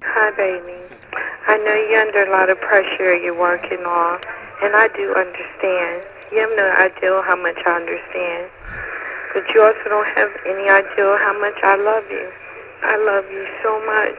training. I know you're under a lot of pressure you're working on, and I do understand. You have no idea how much I understand. But you also don't have any idea how much I love you. I love you so much.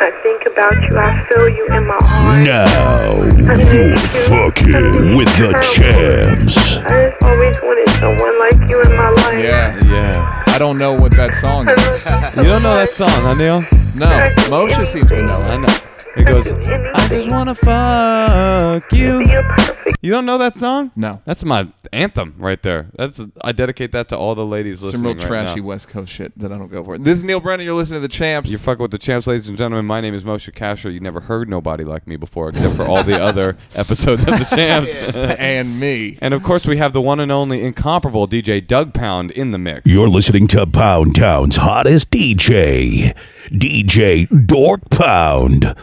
I think about you. I feel you in my heart. Now, I miss you're you. fucking with the champs. I just always wanted someone like you in my life. Yeah, Yeah. I don't know what that song I is. love You don't know that song, huh, Neil? No, Moshe seems to know I it. know. It goes, Anything. I just wanna fuck you. You're perfect. You don't know that song? No. That's my anthem right there. That's I dedicate that to all the ladies listening. Some real right trashy now. West Coast shit that I don't go for. This is Neil Brennan. You're listening to The Champs. You fuck with the champs, ladies and gentlemen. My name is Moshe Kasher. You never heard nobody like me before, except for all the other episodes of the champs. and me. and of course, we have the one and only incomparable DJ Doug Pound in the mix. You're listening to Pound Town's hottest DJ, DJ Dork Pound.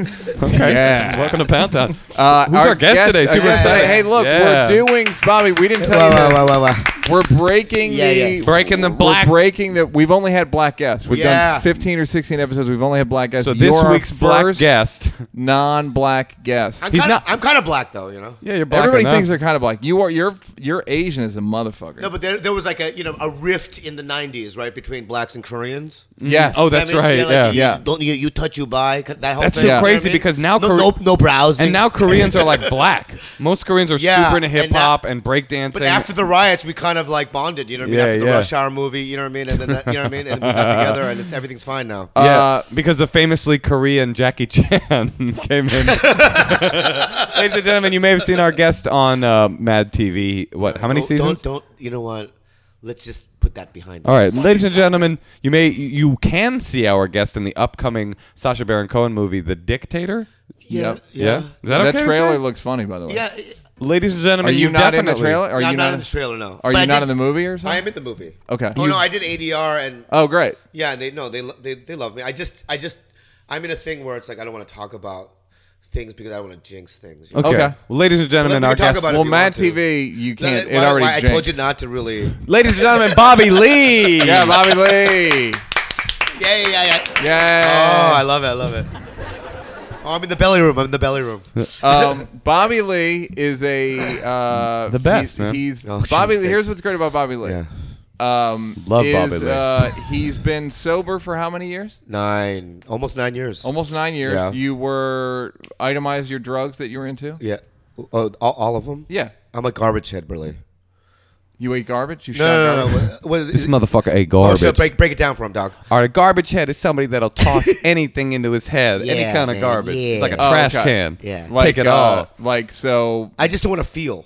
Okay. Yeah. Welcome to Pound Town. Uh, Who's our, guest, today? Super guest excited. today. Hey, look, Yeah. we're doing, Bobby. We didn't tell Whoa, you whoa, that. whoa, whoa, whoa. We're breaking Yeah, the yeah. Breaking the we're black- breaking the. We've only had black guests. We've Yeah. done 15 or 16 episodes. We've only had black guests. So You're this our week's black first guest. non-black guest. I'm He's kinda, not- I'm kind of black though, you know. Yeah, you're black. Everybody thinks they're kind of black. You are. You're. You're Asian as a motherfucker. No, but there, there was like a you know a rift in the '90s, right, between blacks and Koreans. yes. Oh, that's I mean, right. like, yeah. You, Yeah. Don't you you touch you by that whole. That's so thing, you know what I crazy mean? because now no, Kore- no, no brows And now Koreans are like black. Most Koreans are Yeah, super into and now- hip hop and, breakdancing. But after the riots, we kind of like bonded, you know what I mean? Yeah, after the yeah. Rush Hour movie, you know what I mean? And then that, you know what I mean? And we got together, and it's, everything's fine now. yeah, Uh, because the famously Korean Jackie Chan came in. Ladies and gentlemen, you may have seen our guest on uh, Mad TV. What? How many Don't- seasons? Don't, don't you know what? Let's just put that behind. All right, us. ladies and gentlemen, you may you can see our guest in the upcoming Sasha Baron Cohen movie, The Dictator. Yeah, Yep. yeah. Is that, okay to trailer say? looks funny, by the way. yeah. Ladies and gentlemen, Are you, not definitely, in the trailer? Are No, you I'm not not in the trailer? No. Are But I you not did- in the movie or I something? am in the movie. Okay. Oh You- no, I did ADR and Oh, great. Yeah, and they no, they lo- they they love me. I just I just I'm in a thing where it's like I don't want to talk about things because I don't want to jinx things. you know? Okay. Okay. Well, ladies and gentlemen, Well, our we can talk guest. about it. Well, you Mad want to. TV, you can't. That- it why- already. why I told you jinxed. not to really. Ladies and gentlemen, Bobby Lee. Yeah, Bobby Lee. Yeah, yeah, yeah. yeah. Oh, I Yeah. love it. I love it. Oh, I'm in the belly room. I'm in the belly room. um, Bobby Lee is a uh, The best, he's, man. He's Oh, Bobby. geez, Lee, here's what's great about Bobby Lee. Yeah. Um, Love is, Bobby Lee. Uh, he's been sober for how many years? Nine, almost nine years. Almost nine years. Yeah. You were itemized your drugs that you were into. Yeah. Oh, all, all of them. Yeah. I'm a garbage head, Burley. You ate garbage. You No, shot no, no. garbage. no. What- what- This is- motherfucker ate oh, garbage. shit, break, break it down for him, dog. All right, garbage head is somebody that'll toss anything into his head, any Yeah, kind of man, garbage. It's like a yeah. Oh, trash okay. can. Yeah. Take it uh, all. Like so. I just don't want to feel.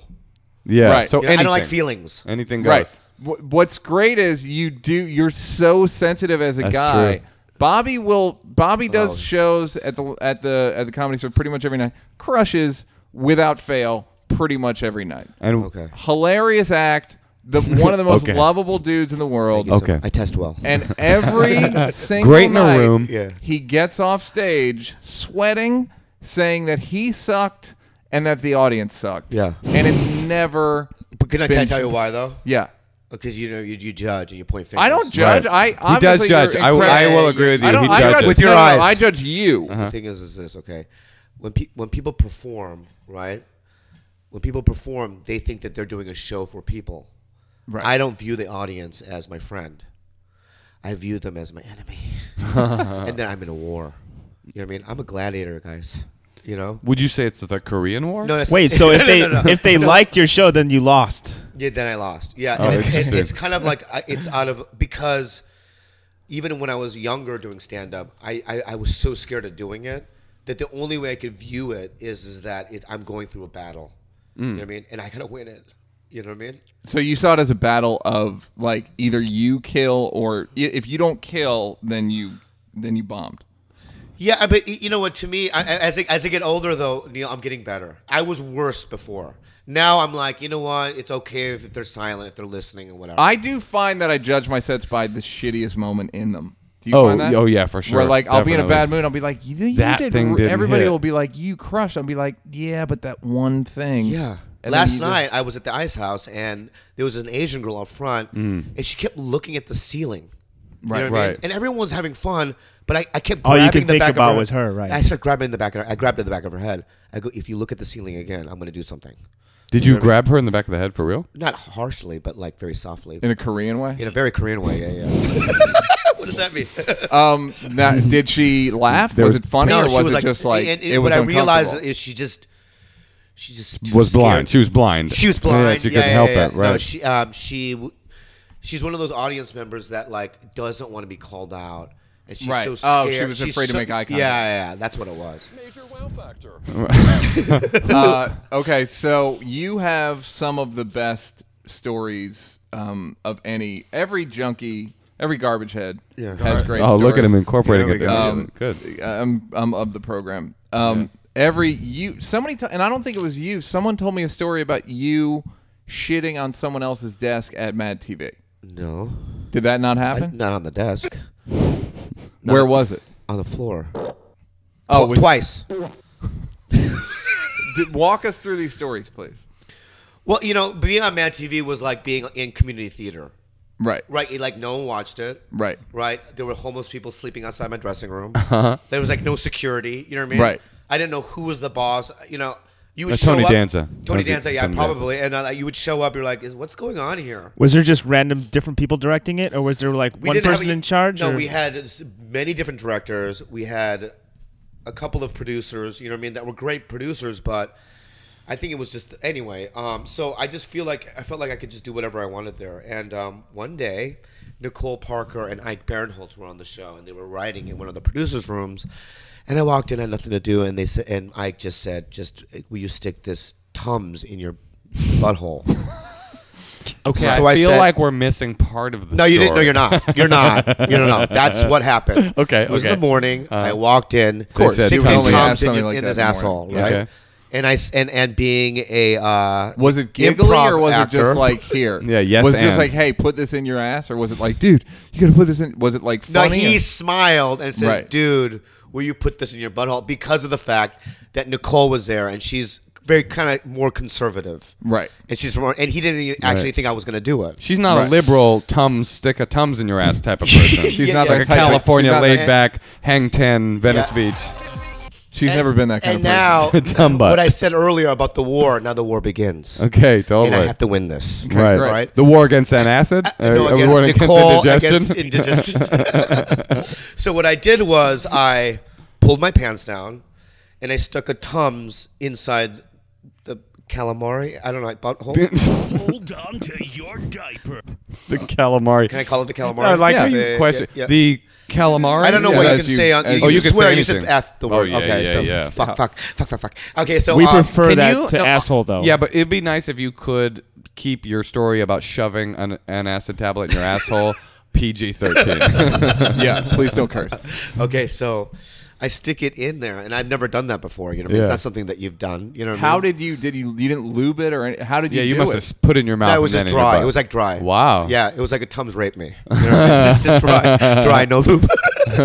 Yeah. Right. So You know, I don't like Oh, anything. feelings. Anything goes. Right. Wh- What's great is you do. You're so sensitive as a That's guy. true. Bobby will. Bobby does Oh. shows at the at the at the comedy store pretty much every night. Crushes without fail pretty much every night. And Okay. Hilarious act. The one of the most Okay. lovable dudes in the world. Okay. I test well. And every single Great in a night, room. Yeah. he gets off stage sweating, saying that he sucked and that the audience sucked. Yeah. and it's never. But can I, can I been- tell you why though? Yeah, Because you know you, you judge and you point fingers. I don't judge. Right. I he does obviously you're judge. I, will- I incredible. will agree with you. I don't. he I judges. Uh-huh. judge With your no, no, eyes. I judge you. The thing is, is this okay? When pe- when people perform, right? When people perform, they think that they're doing a show for people. Right. I don't view the audience as my friend. I view them as my enemy, and then I'm in a war. You know what I mean? I'm a gladiator, guys. You know? Would you say it's the Korean War? No, that's- Wait, so No, if no, they no, no. if they liked your show, then you lost. Yeah, then I lost. Yeah, Oh, and it's, it, interesting. it's kind of like I- it's out of because even when I was younger doing stand up, I, I I was so scared of doing it that the only way I could view it is is that it, I'm going through a battle. Mm. You know what I mean? And I gotta win it. You know what I mean? So you saw it as a battle of like either you kill or i- if you don't kill, then you then you bombed. Yeah, I- but y- you know what? To me, I, I- as I, as I get older, though, Neil, I'm getting better. I was worse before. Now I'm like, you know what? It's okay if, if they're silent, if they're listening, and whatever. I do find that I judge my sets by the shittiest moment in them. Do you Oh, find that? oh, yeah, for sure. Where like I'll be in a Definitely. bad mood, I'll be like, you, you That did. thing r- didn't everybody hit. will be like, you crushed. I'll be like, yeah, but that one thing. Yeah. And then Last you just- night I was at the ice house and there was an Asian girl up front and she kept looking at the ceiling. Right, you know what I mean? right. And everyone was having fun, but I, I kept All you grabbing could the think back of about her- was her, right. I started grabbing the back of her. I grabbed at the back of her head. I go, if you look at the ceiling again, I'm going to do something. Did you grab her in the back of the head for real? Not harshly, but like very softly. in a Korean way. In a very Korean way, yeah, yeah. what does that mean? Um, that, did she laugh? There was was- it funny or was it just like and- and it was What I realized uncomfortable? is she just, she just too Was scared. blind. She was blind. She was blind. Yeah, she yeah, couldn't yeah, help yeah. it. Right. No, she um she w- she's one of those audience members that like doesn't want to be called out. And she's Right. so Oh, scared. she was She's afraid to so- make eye contact. Yeah, yeah, yeah, that's what it was. uh, okay, so you have some of the best stories um, of any every junkie, every garbage head Yeah. has great. oh, look stories. at him incorporating There it. we go. Um, Good. I'm I'm of the program. Um, Every you somebody t- and I don't think it was you. Someone told me a story about you shitting on someone else's desk at Mad TV. No, Did that not I- happen? not on the desk, Where was it? on the floor. Oh, was, Twice. did- walk us through these stories, please. Well, you know, being on Mad TV was like being in community theater, Right, right? It, like no one watched it, right. right? There were homeless people sleeping outside my dressing room. Uh-huh. There was like no security. You know what I mean? Right. I didn't know who was the boss. You know, you would That's show Tony up- Danza. Tony Tony- Danza, yeah, Tony Danza. probably. And uh, you would show up. You're like, is what's going on here? Was there just random different people directing it, or was there like one didn't have- person in charge? No, or- we had s- many different directors. We had a couple of producers. You know what I mean? That were great producers, but I think it was just anyway. Um, so I just feel like I felt like I could just do whatever I wanted there. And um, one day, Nicole Parker and Ike Barinholtz were on the show, and they were writing in one of the producers' rooms. And I walked in, I had nothing to do, and they said, and Ike just said, "Just uh, will you stick this tums in your butthole?" Okay. So I, I feel said- like we're missing part of the. No, you didn't. No, story. you're not. You're not. You're not. That's what happened. Okay, It was okay. Uh, in the morning. I walked in. Of course, Stick you would these only tongs ask in, something your- like in that this in the asshole, morning. right? Okay. And I s- and and being a uh, Was it giggly improv or was it actor. just like here? Yeah, yes Was it and. just like, hey, put this in your ass, or was it like, dude, you gotta put this in? Was it like No, funny? he or- smiled and said, Right. "Dude, will you put this in your butthole?" Because of the fact that Nicole was there and she's very kind of more conservative, Right. And she's from, and he didn't even actually think I was going to do it. She's not a Right. liberal tums stick a tums in your ass type of person. She's Yeah, not like yeah. that a type of- California she's not that- laid back hang ten Venice Yeah. Beach. She's never been that kind and of person. person. now, Dumb butt. what I said earlier about the war, now the war begins. Okay, totally. and I have to win this. great. right. right. The war against antacid? Uh, no, Uh, against war against Nicole, indigestion? against indigestion. so what I did was I pulled my pants down and I stuck a tums inside the calamari. I don't know, like butthole. Hold on to your diaper. the calamari. Can I call it the calamari? I like how you Yeah, question yeah, yeah. the calamari. I don't know Yeah, what you as can say on. as You, oh, you can swear. say you said anything. f the word. Oh, yeah, okay, yeah, so yeah. fuck, fuck, fuck, fuck, fuck. Okay, so We um, prefer can that you- to no, asshole, though. Yeah, but it'd be nice if you could keep your story about shoving an, an acid tablet in your asshole PG thirteen. yeah, please don't curse. Okay, so I stick it in there, and I've never done that before. You know, what I mean? Yeah. it's not something that you've done. You know, what I How mean? did you? Did you? You didn't lube it or? Any, how did you? yeah, you do must it? have s- put it in your mouth. No, it was and just then in your dry. butt. It was like dry. Wow. Yeah, it was like a Tums rape me. You know what I mean? just dry, dry, no loop. you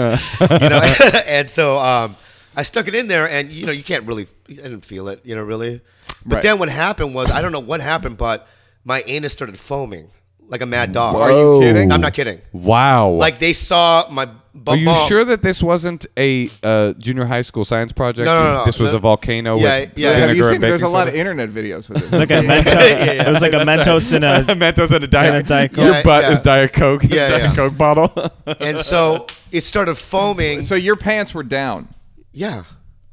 know, and so um, I stuck it in there, and you know, you can't really, I didn't feel it, you know, really. But Right. then what happened was, I don't know what happened, but my anus started foaming like a mad dog. Are you kidding? I'm not kidding. Wow. Like they saw my. Bu- Are you sure that this wasn't a uh, junior high school science project? No, no, no, This was no. a volcano Yeah, with yeah. vinegar Have you and seen? There's a baking lot of soda? internet videos with It's this. like a Mentos. It was like a Mentos and a. Mentos and a diet. And a Diet Coke. Your Yeah, butt yeah. is diet coke. Yeah, diet yeah. coke bottle. And so it started foaming. so your pants were down. yeah.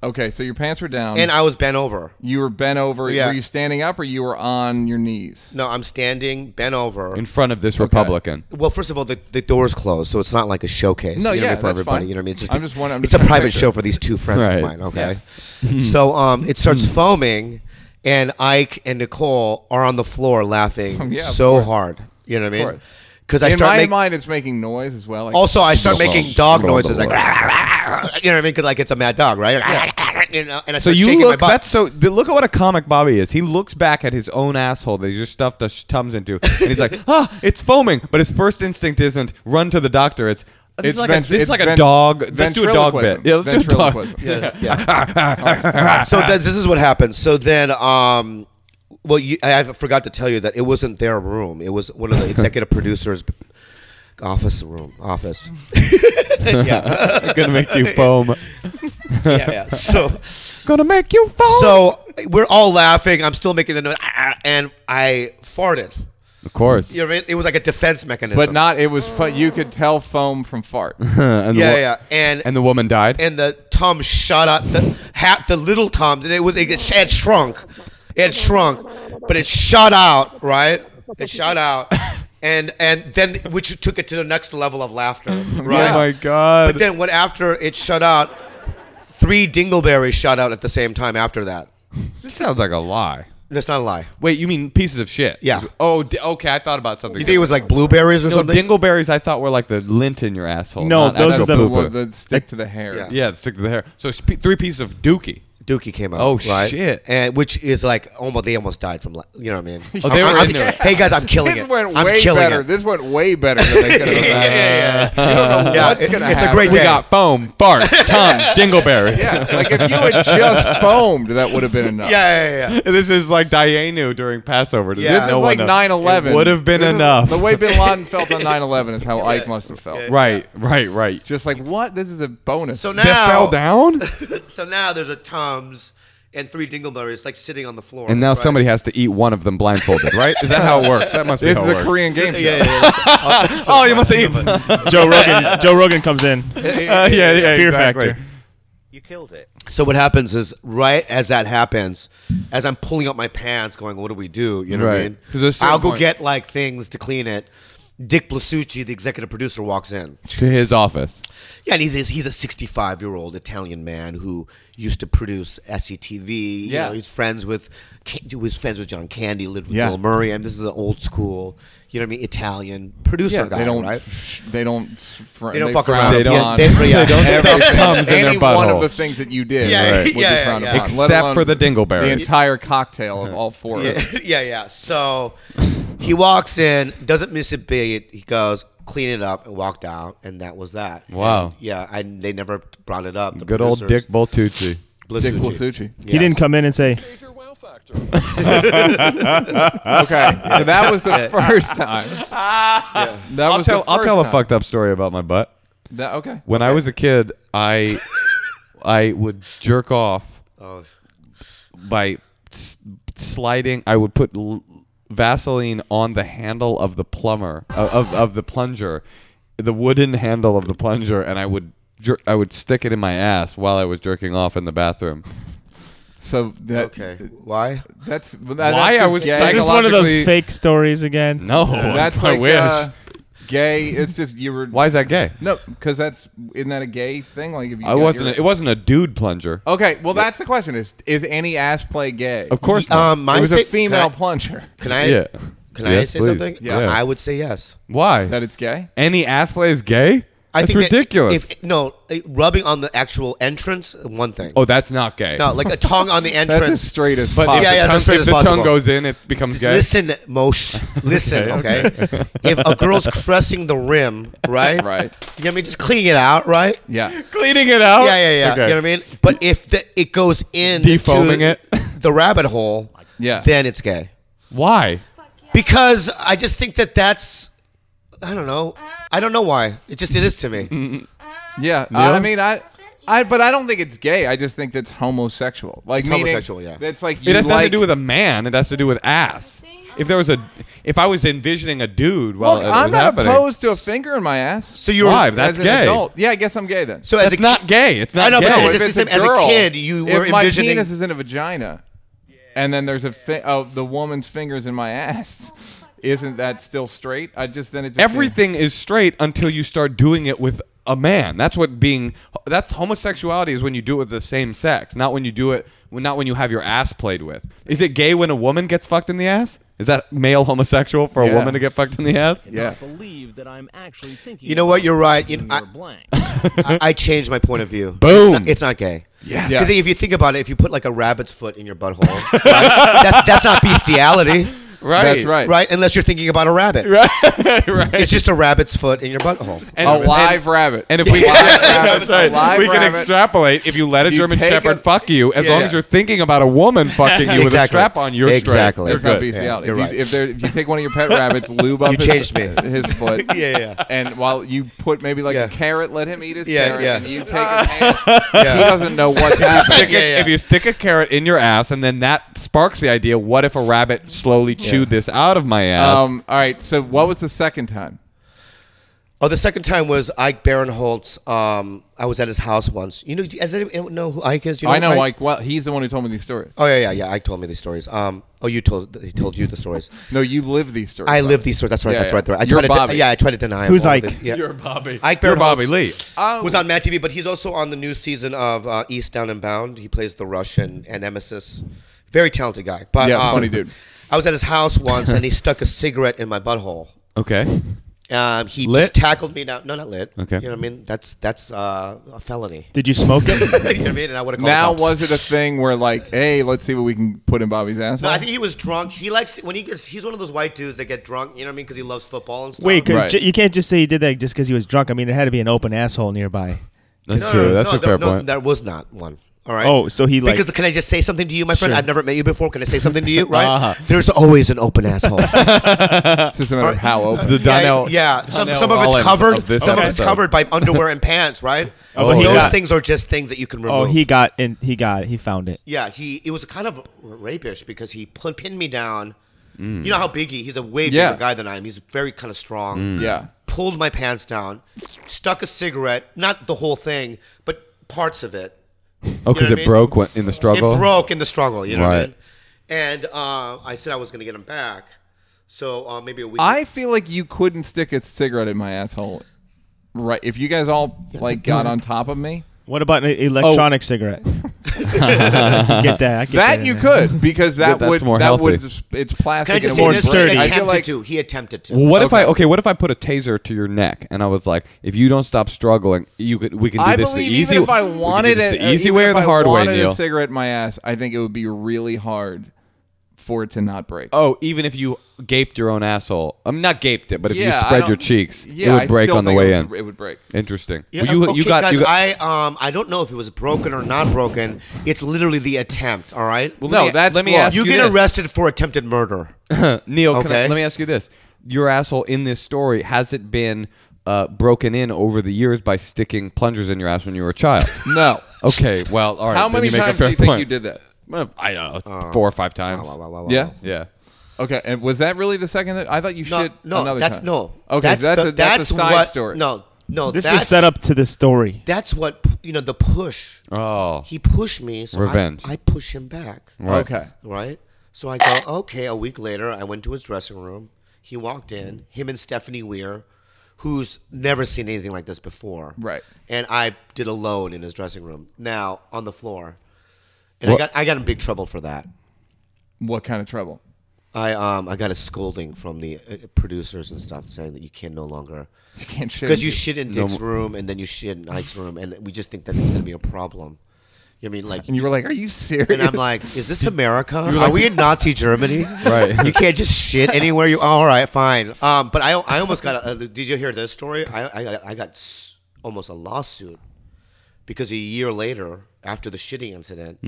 Okay, so your pants were down, And I was bent over. you were bent over. Yeah. Were you standing up or you were on your knees? No, I'm standing, bent over. in front of this Republican. Well, first of all, the, the door's closed, so it's not like a showcase. No, you know, yeah, for that's everybody. fine. You know what I mean? It's I'm just wondering- I'm it's just a trying to private picture. show for these two friends Right. of mine. Okay, so um, it starts foaming, and Ike and Nicole are on the floor laughing Yeah, of so course. hard. You know what I mean? course. Because I In start my making. mind, it's making noise as well. Like, Also, I start making dog noises like, you know what I mean? Because like it's a mad dog, right? You know, and I So start you shaking my look. butt. That's so. th- Look at what a comic Bobby is. He looks back at his own asshole that he just stuffed his tums into, and he's like, "Ah, it's foaming." But his first instinct isn't run to the doctor. It's this It's is like vent- a, this is it's like a vent- dog. Let's do a dog ventriloquism. bit. Yeah, let's do a dog. Ventriloquism. yeah. so that, this is what happened. So then, um, well, you, I, I forgot to tell you that it wasn't their room. It was one of the executive producers. office room, office. gonna make you foam. yeah, yeah. So, Gonna make you foam. so we're all laughing. I'm still making the noise, "Ah, ah," and I farted. of course. You know what I mean? It was like a defense mechanism. but not. It was fun. You could tell foam from fart. and the Yeah, wo- yeah. And And the woman died. and the Tom shot out the hat, the little Tom, and it was it had shrunk, it had shrunk, but it shot out, right? It shot out, and and then which took it to the next level of laughter, right? Oh my god. But then what after it shut out, three dingleberries shot out at the same time after that. this sounds like a lie. That's not a lie. Wait, you mean pieces of shit? Yeah. Oh, d- okay. I thought about something. You think it was like blueberries or No, something? dingleberries I thought were like the lint in your asshole. No, not those actual are the- The poo-poo. one that stick to the hair. Yeah. yeah, stick to the hair. So it's p- three pieces of dookie. Dookie came out. Oh, right? shit. And which is like almost they almost died from la- you know what I mean? Oh, they I'm- were I'm- in there. Hey guys, I'm killing This it. went I'm way killing better. it. This went way better than they could have. yeah, yeah, yeah. done. Yeah, What's it- gonna it's a happen? great We day. got foam, fart, tongue, dingleberries. Yeah, like if you had just foamed, that would have been enough. yeah, yeah, yeah, yeah. This is like Dayenu during Passover. Yeah. This No is like 9 11. Would have been enough. The way Bin Laden felt on 9 11 is how Ike must have felt. right, right, right. Just like, what? This is a bonus. So That fell now, down, so now there's a Tums and three dingleberries like sitting on the floor. and now right? somebody has to eat one of them blindfolded. Right? Is that how it works? That must be this how is it a works. Korean game show. Yeah, yeah, yeah. Oh, you must have eaten. Joe Rogan. Joe Rogan comes in. yeah, yeah, Fear exactly. factor. You killed it. So what happens is right as that happens, as I'm pulling up my pants, going, "What do we do?" You know what Right. I mean? 'Cause there's certain I'll go point- get like things to clean it. Dick Blasucci, the executive producer, walks in. To his office. Yeah, and he's he's a 65 year old Italian man who used to produce SCTV. Yeah. you know, he's friends with Ca- he was friends with John Candy, lived with Yeah. Bill Murray. I mean, this is an old school, you know what I mean, Italian producer Yeah, guy, they don't. right? They don't. Fr- They don't fuck around. They don't- they- yeah. They don't stuff Tums in Any their butthole. one of the things that you did Yeah, would be yeah, yeah, frowned yeah. upon, let Except alone for Uh, the dingleberries. The entire cocktail of all four. Yeah, Of them. yeah, yeah. So he walks in, doesn't miss a beat. He goes, clean it up, and walked out, and that was that. Wow. And, yeah, I, they never brought it up. the Good old producers. Dick Boltucci. Blasucci. Dick Blasucci. He didn't come in and say, Okay, so that was the first time. That I'll was the tell, I'll first tell a time. fucked up story about my butt. That, okay. When I was a kid, I I would jerk off Oh, by s- sliding. I would put l- Vaseline on the handle of the plumber of, of of the plunger, the wooden handle of the plunger, and I would jer- I would stick it in my ass while I was jerking off in the bathroom. So that, okay. Why? That's that, Why that's I just was gay. "Is this one of those Psychologically- fake stories again?" No, That's I like, wish. uh, gay. It's just you were. Why is that gay? No, because that's isn't that a gay thing? Like if you I got wasn't. your- it wasn't a dude plunger. Okay, well that's the question: is is any ass play gay? Of course not. Um, my it was a thi- female Can I, plunger. can I, yeah. can I Yes, say please. something? Yeah. I would say yes. Why? That it's gay. Any ass play is gay? I That's think that ridiculous. if, no, eh, rubbing on the actual entrance, one thing. oh, that's not gay. No, like a tongue on the entrance. That's as straight as But if possible. Yeah, the, yeah, tongue, that's straight if as the tongue possible. goes in, it becomes Just gay. Listen, Mosh. Listen, okay. if a girl's caressing the rim, right? Right. You know what I mean? Just cleaning it out, right? Yeah. Cleaning it out. Yeah, yeah, yeah. Oh, Okay. You know what I mean? But if the, it goes in Defoaming to it. the rabbit hole, Yeah. then it's gay. Why? Because I just think that that's, I don't know. I don't know why. It just it is to me. Yeah, I, Neil? I mean, I, I, but I don't think it's gay. I just think that's homosexual. Like It's meaning homosexual, yeah. That's like you It has nothing like, to do with a man. It has to do with ass. If there was a, if I was envisioning a dude, well, Look, I'm not opposed to a finger in my ass. So you're Why? That's as an gay. adult. Yeah, I guess I'm gay then. so as That's a kid- not gay. It's not I know, gay. but no, if it's just a him- as a girl, kid, you if were my envisioning- penis is in a vagina, and then there's a fi- oh, the woman's fingers in my ass. Isn't that still straight? I just then it just Everything is straight until you start doing it with a man. That's what being. That's homosexuality is when you do it with the same sex, not when you do it. Not when you have your ass played with. Is it gay when a woman gets fucked in the ass? Is that male homosexual for a Yeah. woman to get fucked in the ass? Yeah. believe that I'm actually thinking. You know what? You're right. You know, about I, it. You're blank. I, I changed my point of view. Boom. It's not, it's not gay. Yes. Because if you think about it, if you put like a rabbit's foot in your butthole, right, that's, that's not bestiality. Right. That's right. right? Unless you're thinking about a rabbit. Right. right. It's just a rabbit's foot in your butthole. And- A live rabbit. And if we, Live rabbit, That's right. a live we can rabbit. extrapolate, if you let a You German take Shepherd a- fuck you, as Yeah. long as you're thinking about a woman fucking you with a Exactly. strap on, you're straight. Exactly. There's You're no good. BCL. Yeah, if, you're you, right. if, there, if you take one of your pet rabbits, lube up You his, changed me. his foot. Yeah, yeah. And while you put maybe like Yeah. a carrot, let him eat his Yeah, carrot, yeah. and you take his hand. Yeah. He doesn't know what's happening. Stick a- If you stick a carrot in your ass, and then that sparks the idea, what if a rabbit slowly chewed this out of my ass? Um, all right. So what was the second time? Oh, the second time was Ike Barinholtz. Um, I was at his house once. You know, does anyone know who Ike is? You I know, Ike? like, well, he's the one who told me these stories. Oh yeah, yeah, yeah. Ike told me these stories. Um, oh, you told he told you the stories. No, you live these stories. I live these stories. That's right. Yeah, that's yeah. right. That's right. I You're try to Bobby. yeah, I try to deny. Who's him all Ike? this. Yeah. You're Bobby. Ike You're Barinholtz Bobby Lee. Uh, Oh. Was on Mad TV, but he's also on the new season of uh, East Down and Bound. He plays the Russian and Nemesis. Very talented guy. But Yeah, um, funny dude. I was at his house once, and he stuck a cigarette in my butthole. Okay. Um, he Lit? just tackled me down. No, not lit. Okay. You know what I mean? That's that's uh, a felony. Did you smoke it? you know what I mean? And I would have called Now the cops. was it a thing where like, hey, let's see what we can put in Bobby's ass? No, I think he was drunk. He likes when he gets. He's one of those white dudes that get drunk. You know what I mean? Because he loves football and stuff. Wait, because Right. you can't just say he did that just because he was drunk. I mean, there had to be an open asshole nearby. That's No, no, true. no, That's no, a fair no, point. That was not one. All right. Oh, so he like because can I just say something to you, my friend? Sure. I've never met you before. Can I say something to you? Right? There's always an open asshole. It's just a matter of how open. the Donnell. uh, yeah, yeah. Some, Donnell some of Rollins it's covered. of this some of it's episode. covered by underwear and pants, right? Oh, But he those got- things are just things that you can remove. oh he got and he got it. he found it. Yeah, he it was kind of rapish because he put, pinned me down. You know how big he? He's a way bigger Yeah. Mm. guy than I am. He's very kind of strong. yeah. Pulled my pants down, stuck a cigarette, not the whole thing, but parts of it. Oh, because You know what I it mean? broke when, in the struggle. It broke in the struggle. You know what I Right. mean? And uh, I said I was going to get him back. So uh, maybe a week. I feel like you couldn't stick a cigarette in my asshole. Right. If you guys all like got on top of me, What about an electronic cigarette? I get that. I get that that in you there. could because that that's would more that healthy. would it's plastic. Can I just and say it would this? break. He I attempted feel like to. He attempted to. Well, what if I okay? What if I put a taser to your neck and I was like, if you don't stop struggling, you could we can do I this the believe easy. even if I we can do wanted this it, the easy even way or if the I hard way, wanted Neil. a cigarette in my ass, I think it would be really hard for it to not break. oh, even if you gaped your own asshole, I'm mean, not gaped it, but if you Yeah, I spread don't- your cheeks, yeah, it I would break still on the think way it in. would- it would break. Interesting. Yeah, Well, you, okay, you got guys, you got- I um I don't know if it was broken or not broken. It's literally the attempt. All right. Well, No, let me, that's let me flawed. ask you you get this. arrested for attempted murder. Neil, can I, Okay. let me ask you this: Your asshole in this story has it been uh, broken in over the years by sticking plungers in your ass when you were a child? No. okay, well, all right. How then many you make a times fair do you think point. you did that? Uh, Well, I don't know, four or five times. Yeah. Yeah. Okay. And was that really the second? I thought you No, shit no, another that's time. no. Okay. that's, that's, the- a, that's, a side what, story. No, no. This that's, is set up to the story. That's what you know. The push. Oh. He pushed me. So I- Revenge. I, push him back. Right. Okay. Right. So I go. Okay. A week later, I went to his dressing room. He walked in. Him and Stephanie Weir, who's never seen anything like this before. Right. And I did a load in his dressing room. Now on the floor. And What- I got I got in big trouble for that. What kind of trouble? I um I got a scolding from the uh, producers and stuff saying that you can no longer You can't shit. because you shit in Dick's room and then you shit in Ike's room and we just think that it's gonna be a problem. You know what I mean like And you were like, "Are you serious?" and I'm like, is this America? are we in Nazi Germany? Right. You can't just shit anywhere. You all right? Fine. Um, but I I almost got. A, did you hear this story? I I, I got s- almost a lawsuit because a year later, after the shitty incident.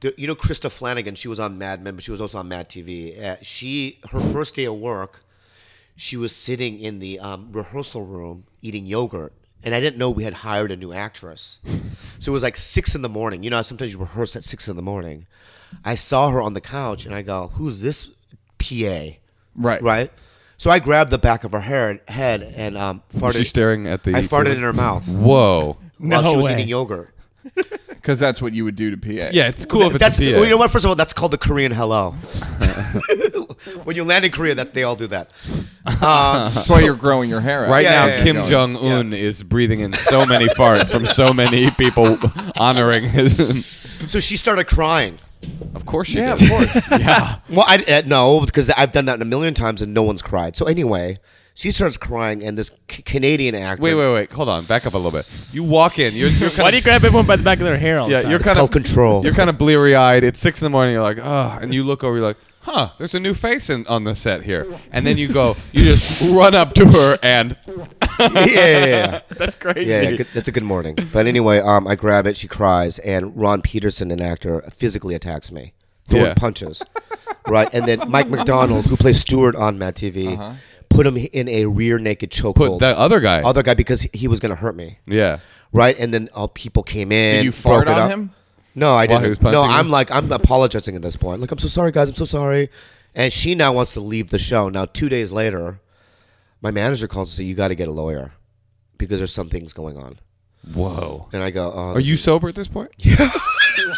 the- you know, Krista Flanagan. She was on Mad Men, but she was also on Mad TV. Uh, she her first day of work, she was sitting in the um, rehearsal room eating yogurt, and I didn't know we had hired a new actress. So it was like six in the morning. You know, sometimes you rehearse at six in the morning. I saw her on the couch, and I go, "Who's this PA?" Right. Right. So I grabbed the back of her hair, head and um, farted. she staring at the I farted ceiling? in her mouth Whoa. while No she was way. eating yogurt. Because that's what you would do to PA. Yeah, it's cool if it's that's a PA. well, you know what. First of all, that's called the Korean hello. when you land in Korea, that they all do that. Um, That's why you're growing your hair out. Right Yeah, now, yeah, yeah. Kim Going. Jong Un is breathing in so many farts from so many people honoring his. so she started crying. of course, she Yeah, of did. course. yeah. Well, I uh, no, because I've done that a million times and no one's cried. So anyway, she starts crying, and this C- Canadian actor. Wait, wait, wait. Hold on. Back up a little bit. You walk in. You're, you're kind Why of, do you grab everyone by the back of their hair all yeah, the time? you're kind called of control. You're kind of bleary eyed. It's six in the morning. You're like, oh, and you look over. You're like, huh, there's a new face in, on the set here. And then you go, you just run up to her and yeah, yeah, yeah. that's crazy. Yeah, yeah, good, that's a good morning. But anyway, um, I grab it. She cries, and Ron Peterson, an actor, physically attacks me, throwing Yeah. punches, right? And then Mike McDonald, who plays Stewart on Mad TV, put him in a rear naked Uh-huh. Put chokehold. that other guy. other guy because he- he was going to hurt me, yeah. right? And then all people came in. Did you broke fart it on up. him? No, While I didn't. he was no, punching I'm you? like I'm apologizing at this point. Like I'm so sorry, guys. I'm so sorry. And she now wants to leave the show. Now two days later, my manager calls and says you got to get a lawyer because there's some things going on. Whoa. And I go, oh, Are you sober at this point? Yeah.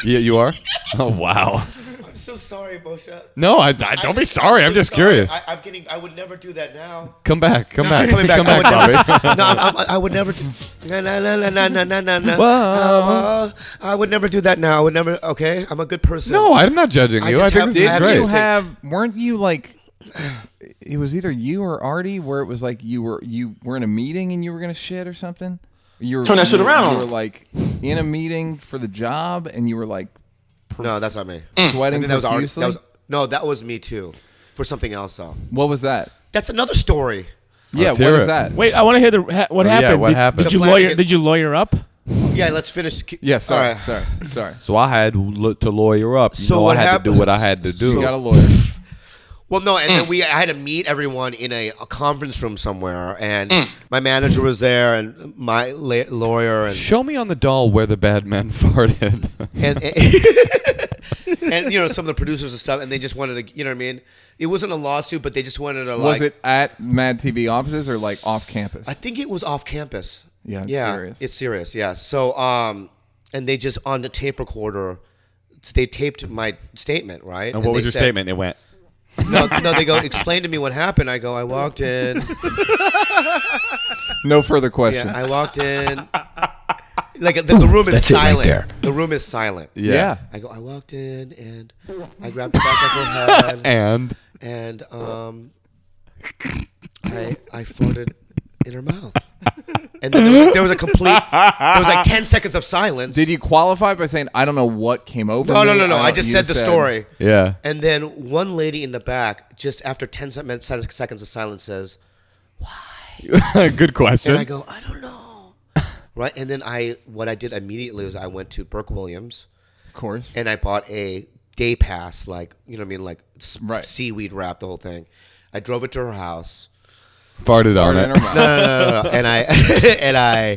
yeah, you are? Oh, wow. I'm so sorry, Moshe. No, I, I don't be sorry. I'm just curious. I, am getting. I would never do that now. Come back. Come back. coming back. Come I back, Bobby. No, I'm, I'm, I would never. Do, na na na na na na na na. Uh, I would never do that now. I would never. Okay, I'm a good person. no, I'm not judging I you. just I think have- this is have great. You States. have weren't you like it was either you or Artie where it was like you were you were in a meeting and you were gonna shit or something. You were, Turn that shit around. You were like in a meeting for the job and you were like no, that's not me. I sweating think that was already. profusely. That was, no, that was me too, for something else though. what was that? That's another story. Yeah, Let's what hear was it. that? Wait, I want to hear the ha- what Oh, yeah, happened. what did, happened? Did you The lawyer? Flanagan- Did you lawyer up? Yeah, let's finish. Yeah, sorry, All right. sorry, sorry. So I had lo- to lawyer up. You So know, what I had to do happened- what I had to do. You got a lawyer. Well, no, and then we I had to meet everyone in a, a conference room somewhere, and Mm. my manager was there, and my la- lawyer, and Show me on the doll where the bad man farted. and, and, and, you know some of the producers and stuff, and they just wanted to, you know what I mean? It wasn't a lawsuit, but they just wanted to was like. it at Mad TV offices or like off campus? I think it was off campus. Yeah, it's serious. it's serious. Yeah. So, um, and they just on the tape recorder, they taped my statement, right? and what was they your said- statement? It went. No, no, they go explain to me what happened. I go, I walked in. no further questions. Yeah, I walked in. Like the, the room is That's it right silent. there. The room is silent. Yeah. Yeah. I go. I walked in and I grabbed the back of her head And and um, I I farted in her mouth. And then there was, there was a complete. There was like ten seconds of silence. Did you qualify by saying I don't know what came over? No, no, me, no, no. don't-" I just you said the story. yeah. And then one lady in the back, just after ten se- minutes- seconds of silence, says, Good question. And I go, I don't know. right. And then I, what I did immediately was I went to Burke Williams Of course. and I bought a day pass, like, you know what I mean? Like s- Right. seaweed wrap, the whole thing. I drove it to her house. farted, on Farted in her it. mouth. No, no, no, no. and I, and I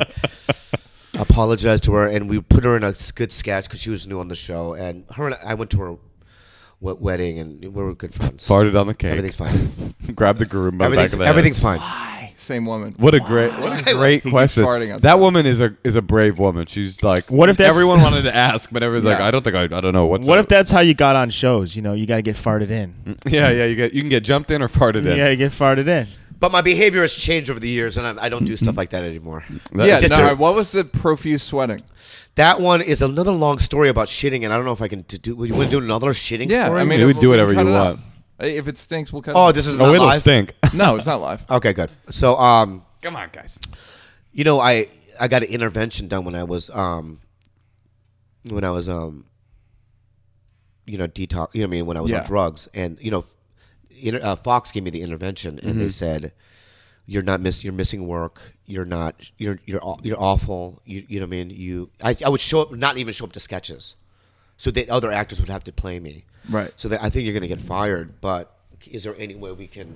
apologized to her and we put her in a s- good sketch because she was new on the show. And her and I went to her wet- wedding and we were good friends. Farted on the cake. Everything's fine. Grab the groom by the back everything's, of the head. everything's fine. Same woman. What a great, what a great question. farting outside. That woman is a is a brave woman. She's like, What if that's- everyone wanted to ask, but everyone's like, Yeah. I don't think I, I don't know what's. What up. if that's how you got on shows? You know, you got to get farted in. Yeah, yeah. You get you can get jumped in or farted You in. got to get farted in. But my behavior has changed over the years and I, I don't do stuff like that anymore. That- yeah, Just no, to- alright, what was the profuse sweating? That one is another long story about shitting, and I don't know if I can do. do you want to do another shitting Yeah, story? I mean, You would we do can whatever cut you it out. want. Uh, If it stinks, we'll cut. oh, it this is Oh, not it'll live. stink. out. no, it's not live. Okay, good. So, um, Come on, guys. you know, I I got an intervention done when I was um, when I was um, you know, detox. You know, what I mean, when I was Yeah. on drugs, and you know, inter- uh, Fox gave me the intervention, and they said, "You're not miss. You're missing work. You're not. You're you're aw- you're awful. You you know, what I mean, you. I I would show up, not even show up to sketches, so that other actors would have to play me. Right. So that I think you're going to get fired, but is there any way we can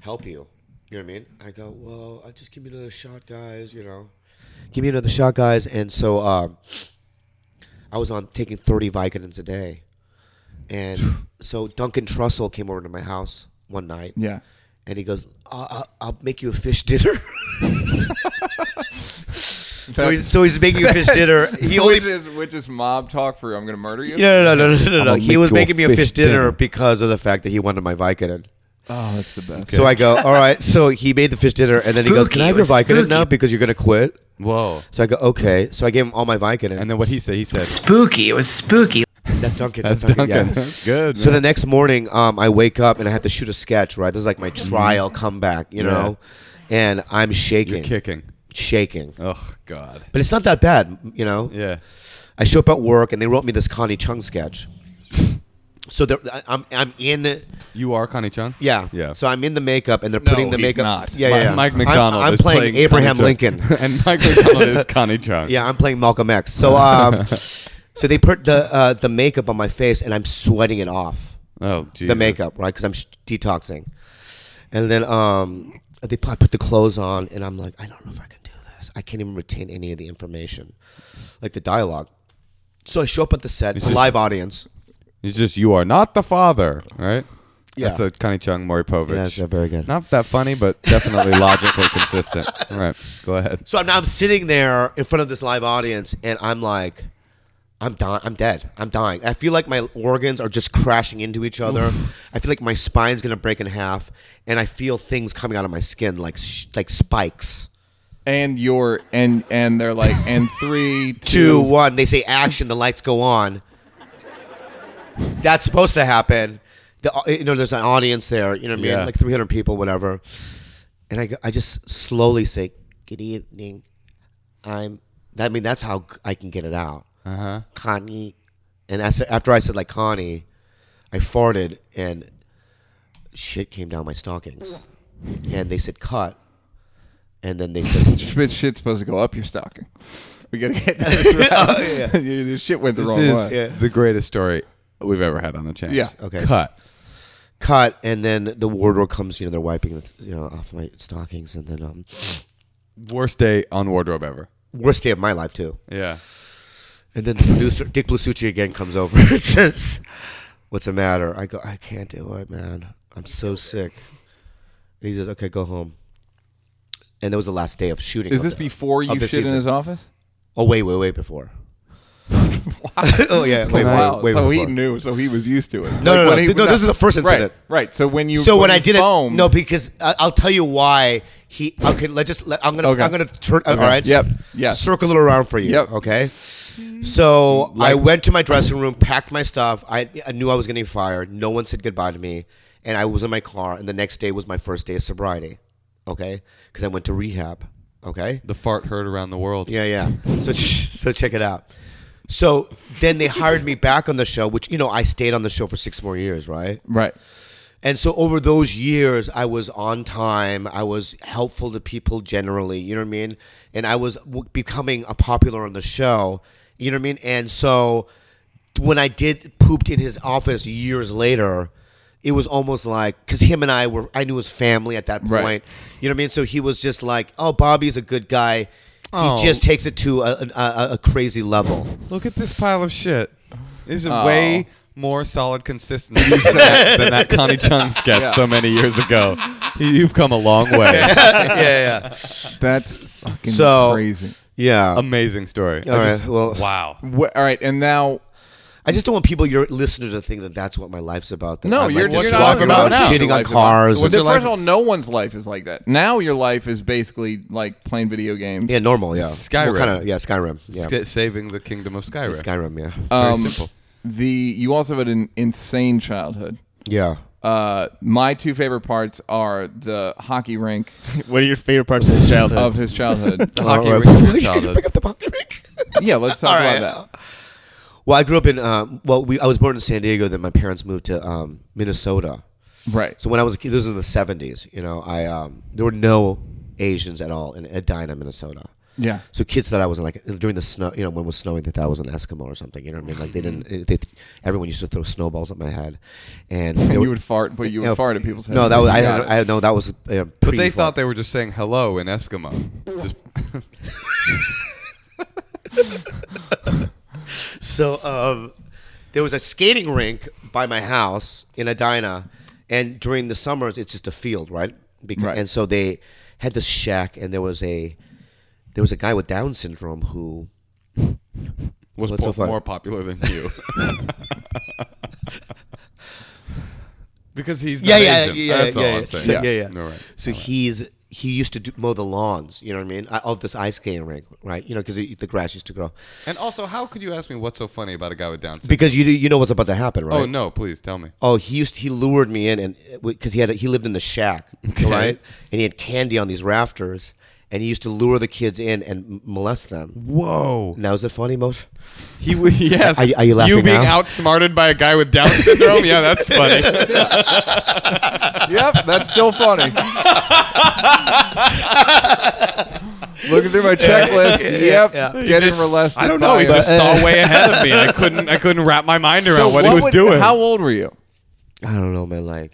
help you? You know what I mean? I go, well, I just give me another shot, guys. You know, give me another shot, guys. And so um, I was on taking 30 Vicodins a day, and so Duncan Trussell came over to my house one night. Yeah. And he goes, I'll, I'll, I'll make you a fish dinner. so, he's, so he's making you a fish dinner. He only which is which is mob talk for I'm gonna murder you. no, no, no, no, no, no, no. I'ma He make was you a making me a fish fish dinner, dinner. because of the fact that he wanted my Vicodin. Oh, that's the best. So I go, all right. So he made the fish dinner, and then he goes, "Can I have your Vicodin now? Because you're gonna quit." Whoa. So I go, "Okay." So I gave him all my Vicodin, And then what he said, he said, Spooky. It was spooky. that's Duncan. "That's yeah. Duncan. That's good." So the man. next morning, um, I wake up and I have to shoot a sketch. Right, this is like my trial comeback, you know, and I'm you're shaking, kicking. shaking. Oh God. But it's not that bad, you know. Yeah. I show up at work and they wrote me this Connie Chung sketch. So there, I- I'm I'm in You are Connie Chung. yeah Yeah. So I'm in the makeup, and they're No, putting the he's makeup. not. Yeah, Mi- yeah, yeah. Mike I'm- McDonald. I'm, is playing, playing Abraham Connie Chung. Lincoln. and Mike McDonald is Connie Chung. Yeah, I'm playing Malcolm X. So um, so they put the uh, the makeup on my face, and I'm sweating it off. Oh, Jesus. the makeup, right? Because I'm sh- detoxing. And then um, they put, I put the clothes on, and I'm like, I don't know if I can do this. I can't even retain any of the information, like the dialogue. So I show up at the set, Is it's a this- live audience. It's just you are not the father, right? Yeah. That's a Connie Chung, Maury Povich. Yeah, that's, uh, very good. Not that funny, but definitely logically consistent. All right, go ahead. So I'm, now I'm sitting there in front of this live audience, and I'm like, I'm dying. I'm dead. I'm dying. I feel like my organs are just crashing into each other. I feel like my spine's gonna break in half, and I feel things coming out of my skin like sh- like spikes. and your and and they're like and three two two, one. They say action. The lights go on. That's supposed to happen. The, uh, you know, there's an audience there. You know what I mean? Yeah. Like 300 people, whatever. And I, go- I just slowly say, "Good evening." I'm. I mean, that's how I can get it out. Uh huh. Connie, and as, after I said like Connie, I farted and shit came down my stockings. And they said cut, and then they said Shit, shit's supposed to go up your stocking. We gotta get this right. Your shit went the This wrong is way. the greatest story we've ever had on the channel. Yeah. Okay. Cut. cut, and then the wardrobe comes. You know, they're wiping, you know, off my stockings, and then um, Worst day on wardrobe ever. worst day of my life too. Yeah. And then the producer Dick Blasucci again comes over and says, "What's the matter?" I go, "I can't do it, man. I'm so sick." And he says, "Okay, go home." And that was the last day of shooting. Is of this the- before you of the shit in season. his office? Oh wait, wait, wait! Before. oh yeah, wait, wow. wait, wait. so he before. knew. So he was used to it. No, no, no, when he- th- no, this is the first Right, incident. Right. So when you so when, you I did not foamed- no, because I, I'll tell you why he. Okay, let's just. Let, I'm gonna. Okay. I'm gonna. Turn, All right. Yep. Yes. Circle it around for you. Yep. Okay. So I Like- went to my dressing room, packed my stuff. I, I knew I was getting fired. No one said goodbye to me, and I was in my car. And the next day was my first day of sobriety. Okay, because I went to rehab. Okay. The fart heard around the world. Yeah, yeah. So so check it out. So then they hired me back on the show, which you know I stayed on the show for six more years, right? Right. And so over those years, I was on time. I was helpful to people generally. You know what I mean? And I was w- becoming a popular on the show. You know what I mean? And so when I did pooped in his office years later, it was almost like because him and I were I knew his family at that point. Right. You know what I mean? So he was just like, "Oh, Bobby's a good guy. He Oh. just takes it to a, a- a, a crazy level." Look at this pile of shit. This is Oh. way more solid consistency than, that, than that Connie Chung sketch so many years ago. You've come a long way. yeah, yeah, That's fucking So- crazy. yeah. Amazing story. All I just- right, well- wow. Wh- all right, and now I just don't want people, your listeners, to think that that's what my life's about. that no, I'm, you're like, just what's you're not walking you're not around now. shitting Your on life's cars about- and- Well, first of all, no one's life is like that. Now your life is basically like playing video games. Yeah, normal. Yeah, Skyrim. Well, kinda, yeah, Skyrim. Yeah, Sk- saving the kingdom of Skyrim. Skyrim. Yeah, Very Um, simple. The you also had an insane childhood. yeah. Uh, my two favorite parts are the hockey rink What are your favorite parts of his childhood? of his childhood. Hockey rink Alright. of your childhood. Pick up the pocket rink. yeah, let's talk Alright. about that. Well, I grew up in. Um, well, we, I was born in San Diego. Then my parents moved to um, Minnesota. Right. So when I was a kid, this was in the seventies. You know, I um, there were no Asians at all in Edina, Minnesota. Yeah. So kids thought I was like during the snow. You know, when it was snowing, they thought I was an Eskimo or something. You know what I mean? Like they didn't. They, everyone used to throw snowballs at my head, and And you would fart, but you would Yeah. fart at people's heads. Oh. No, that was I. Got it. I know that was. Uh, But they thought they were just saying hello in Eskimo. Just- So um, there was a skating rink by my house in Edina, and during the summers it's just a field, right? Because, Right. And so they had this shack, and there was a there was a guy with Down syndrome who was What's so po- funny? more popular than you. because he's not Yeah, yeah, Asian. yeah, That's yeah, all yeah. I'm saying. So- yeah, yeah. No, right. So he's he used to do, mow the lawns, you know what I mean, uh, of this ice skating rink, right? You know, because the grass used to grow. And also, how could you ask me what's so funny about a guy with Down syndrome? Because you you know what's about to happen, right? Oh no, please tell me. Oh, he used he lured uh, me in, and because he had a, he lived in the shack, right? And he had candy on these rafters, and he used to lure the kids in and m- molest them. Whoa. Now is it funny, Moshe? He w- yes. Are you- are you laughing being now? outsmarted by a guy with Down syndrome? yeah, that's funny. yep, that's still funny. Looking through my checklist. yep, getting Just- molested. I don't know. by He a- just saw way ahead of me. I couldn't. I couldn't wrap my mind around So what, he was would- doing. How old were you? I don't know, man. Like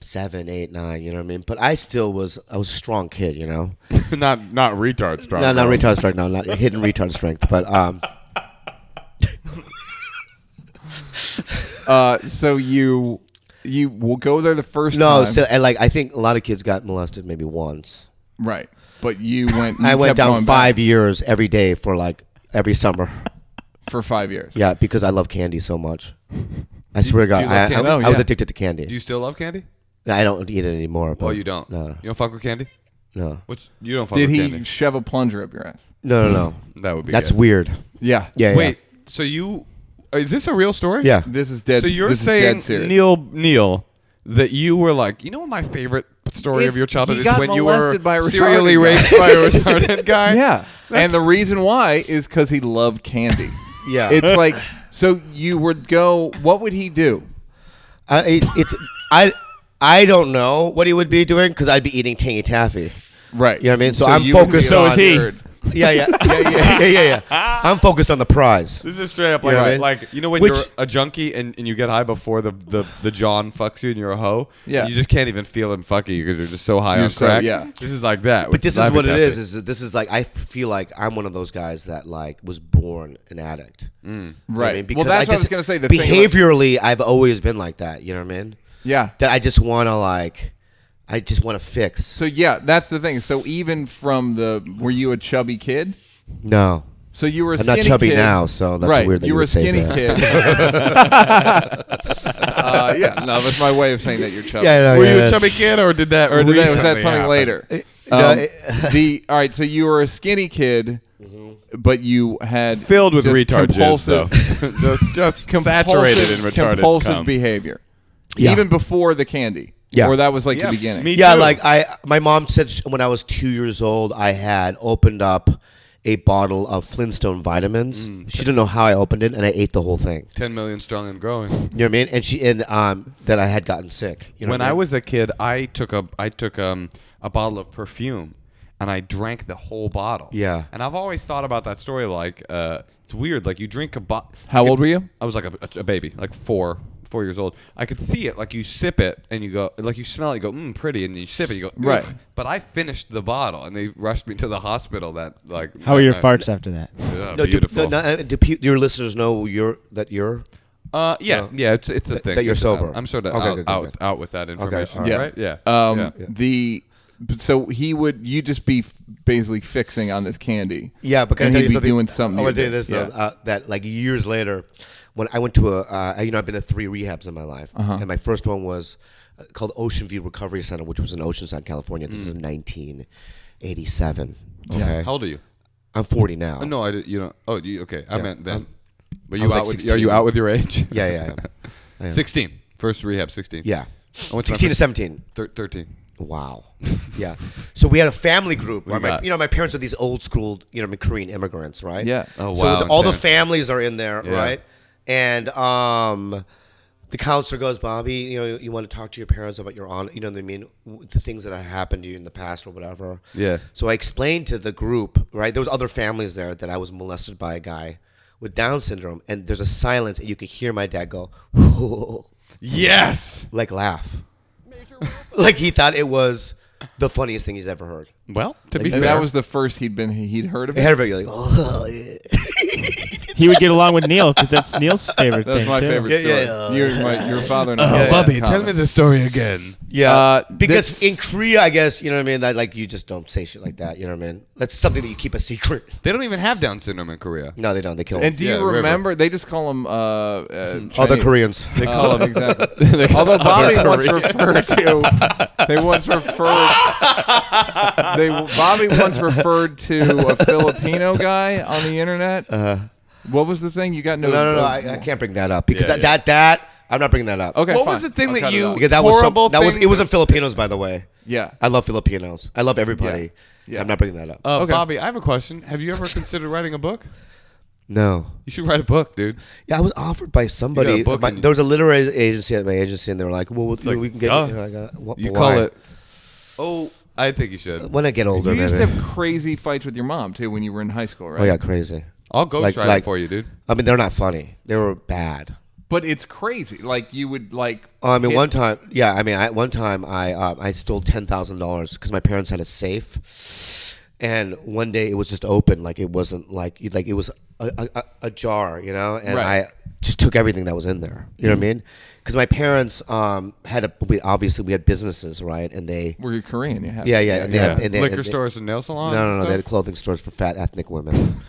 seven, eight, nine. You know what I mean? But I still was. I was a strong kid. You know, not not retard strong. no, not retard strength. No, not hidden retard strength. But um, Uh, so you you will go there the first no. time. So and like, I think a lot of kids got molested maybe once. right. But you went. I you went kept down going five back years every day for like every summer. for five years. Yeah, because I love candy so much. I swear to God, you I, love I- candy? I Oh, was yeah. addicted to Do you candy. still love candy? I don't eat it anymore. But Oh, you don't. No, You don't fuck with candy. no, What's you don't fuck Did with he candy? shove a plunger up your ass? no, no, no. That would be. That's good. weird. Yeah. Yeah, yeah. Wait. So you is this a real story? Yeah. This is dead. so you're this is saying dead serious. Neil Neil that you were like you know what my favorite story It's- of your childhood he is got when you were molested by a serially retarded guy. raped by a retarded guy. Yeah. And the reason why is because he loved candy. Yeah. It's like so you would go. What would he do? I, it's, it's I I don't know what he would be doing because I'd be eating tangy taffy. Right. You know what I mean? So I'm you would be focused- So is he. on your- Yeah, yeah, yeah, yeah, yeah, yeah. yeah. I'm focused on the prize. This is straight up like, Yeah, right. like you know when Which- you're a junkie and, and you get high before the, the, the John fucks you and you're a hoe. Yeah. You just can't even feel him fuck you because you're just so high You're on so- crack. yeah. This is like that. But this is what it is. Is that this is like I feel like I'm one of those guys that like was born an addict. You know what I Right. mean? well, Because that's I what I was just- gonna say. The thing about- behaviorally, I've always been like that. You know what I mean? yeah. That I just want to like, I just want to fix. So yeah, that's the thing. So even from the, were you a chubby kid? no, So you were. A I'm not skinny chubby kid. now, so that's right. weird. That you were a would say skinny that. kid. uh, yeah, no, that's my way of saying that you're chubby. Yeah, no, Were yeah, you a that's- chubby kid or did that or Or did that, was that recently something happen? later? no, Um, it- Mm-hmm. the all right. So you were a skinny kid, but you had Filled with just retard jizz, compulsive, though. just just saturated in compulsive, retarded compulsive cum. behavior, Yeah. even before the candy. Yeah. or that was like Yeah, the beginning. me- yeah, too. like I, my mom said sh- when I was two years old, I had opened up a bottle of Flintstone vitamins. Mm. She didn't know how I opened it, and I ate the whole thing. Ten million strong and growing. You know what I mean? And she, and um, that I had gotten sick. You know when what I mean? was a kid, I took a I took um a bottle of perfume and I drank the whole bottle. Yeah. And I've always thought about that story. Like, uh, it's weird. Like you drink a bottle. How old were you? I was like a, a, baby, like four four years old. I could see it. Like you sip it and you go, like you smell it, you go, mmm, pretty, and you sip it, you go, "Ugh." Right. But I finished the bottle, and they rushed me to the hospital. That like How were your uh, farts after that? uh, no, do, beautiful. no, no, uh, do pe- your listeners know you're that you're Uh, yeah, No. yeah, it's it's a thing. that you're It's- uh, sober. I'm sort of Okay, out, good, good, out, good. out with that information. all right. right? Yeah. Um, yeah. the but so he would you just be f- basically fixing on this candy? Yeah, but can and I he'd tell you be something? doing something. I you want to tell you did. this Yeah. though, uh, that like years later, when I went to a, uh, you know, I've been to three rehabs in my life, Uh-huh. and my first one was uh, called Ocean View Recovery Center, which was in Oceanside, California. This is 1987. Okay, Mm. How old are you? I'm 40 now. Oh, no, I did, you know. Oh, you, okay. I Yeah, meant then. um, but I you was out like with, are you 16. out with your age? Yeah, yeah, yeah. Sixteen. First rehab, sixteen. yeah. I went to my 16 to first- 17. Thir- Thirteen. Wow. yeah. So we had a family group. Where my, got- you know, my parents are these old school, you know, Korean immigrants, right? Yeah. Oh, So wow, the- all the intense. families are in there, Yeah. right? And um, the counselor goes, Bobby, you know, you want to talk to your parents about your honor, you know what I mean? W- The things that have happened to you in the past or whatever. Yeah. So I explained to the group, right? There was other families there that I was molested by a guy with Down syndrome, and there's a silence, and you could hear my dad go, Yes. like laugh. like he thought it was the funniest thing he's ever heard. Well, to be And fair, that was the first he'd been he'd heard of It it. had a very like, oh, yeah. He would get along with Neil because that's Neil's favorite That's thing. my too. favorite story. Yeah, yeah, You and my- your father and I. Oh, had Bubby, that tell me comment. the story again. yeah. Uh, because this- in Korea, I guess you know what I mean. That like you just don't say shit like that. You know what I mean? That's something that you keep a secret. They don't even have Down syndrome in Korea. No, they don't. They kill. And And do Yeah, you River. remember? They just call him uh, uh, other Chinese. Koreans. They call Uh, them. exactly. Although Bobby once referred to, they once referred, they Bobby once referred to a Filipino guy on the internet. what was the thing you got? No, Uh-huh. no, no, no. I, I can't bring that up because Yeah, that, yeah. that that I'm not bringing that up. Okay, What fine. was the thing I'll that cut it you- out. Because that was some, Horrible that was thing it wasn't that- Filipinos by the way. Yeah. I love Filipinos. I love everybody. Yeah. Oh. I'm not bringing that up. Uh, Okay. Bobby, I have a question. Have you ever considered writing a book? no. You should write a book, dude. Yeah, I was offered by somebody. book my- and- there was a literary agency at my agency, and they were like, "Well, we- we can get." duh. and I go, "Wh- You why?" call it. Oh, I think you should. when I get older. You used maybe. to have crazy fights with your mom too when you were in high school, right? Oh yeah, crazy. I'll go Like- try like- it for you, dude. I mean, they're not funny. They were bad. But it's crazy. Like you would like. Oh, I mean, hit- one time, yeah. I mean, I, one time I uh, I stole ten thousand dollars because my parents had a safe, and one day it was just open, like it wasn't like you- like it was a, a, a- a jar, you know. And Right. I just took everything that was in there. You know what I Mm. mean? Because my parents um, had a we, obviously we had businesses, right? And they Were you Korean? You had yeah yeah and they Yeah. had and they, Liquor and they- stores and nail salons. No, no, and no. They had stuff? clothing stores for fat ethnic women.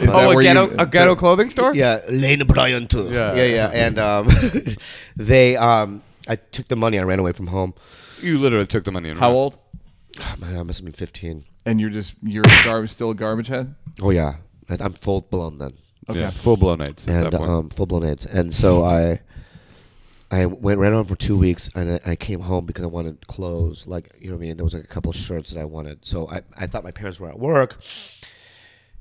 Is that Oh, a where ghetto, you- a ghetto clothing store? Yeah, Lane Bryan too. Yeah. yeah, yeah. And um, they, um, I took the money. I ran away from home. You literally took the money and How ran. old? Oh, man, I must have been fifteen. And you're just you're a gar- still a garbage head. Oh yeah, I- I'm full blown then, Yeah, full blown AIDS at that and point. um, full blown AIDS. And so I, I went ran on for two weeks, and I, I came home because I wanted clothes. Like you know what I mean. There was like a couple shirts that I wanted. So I, I thought my parents were at work.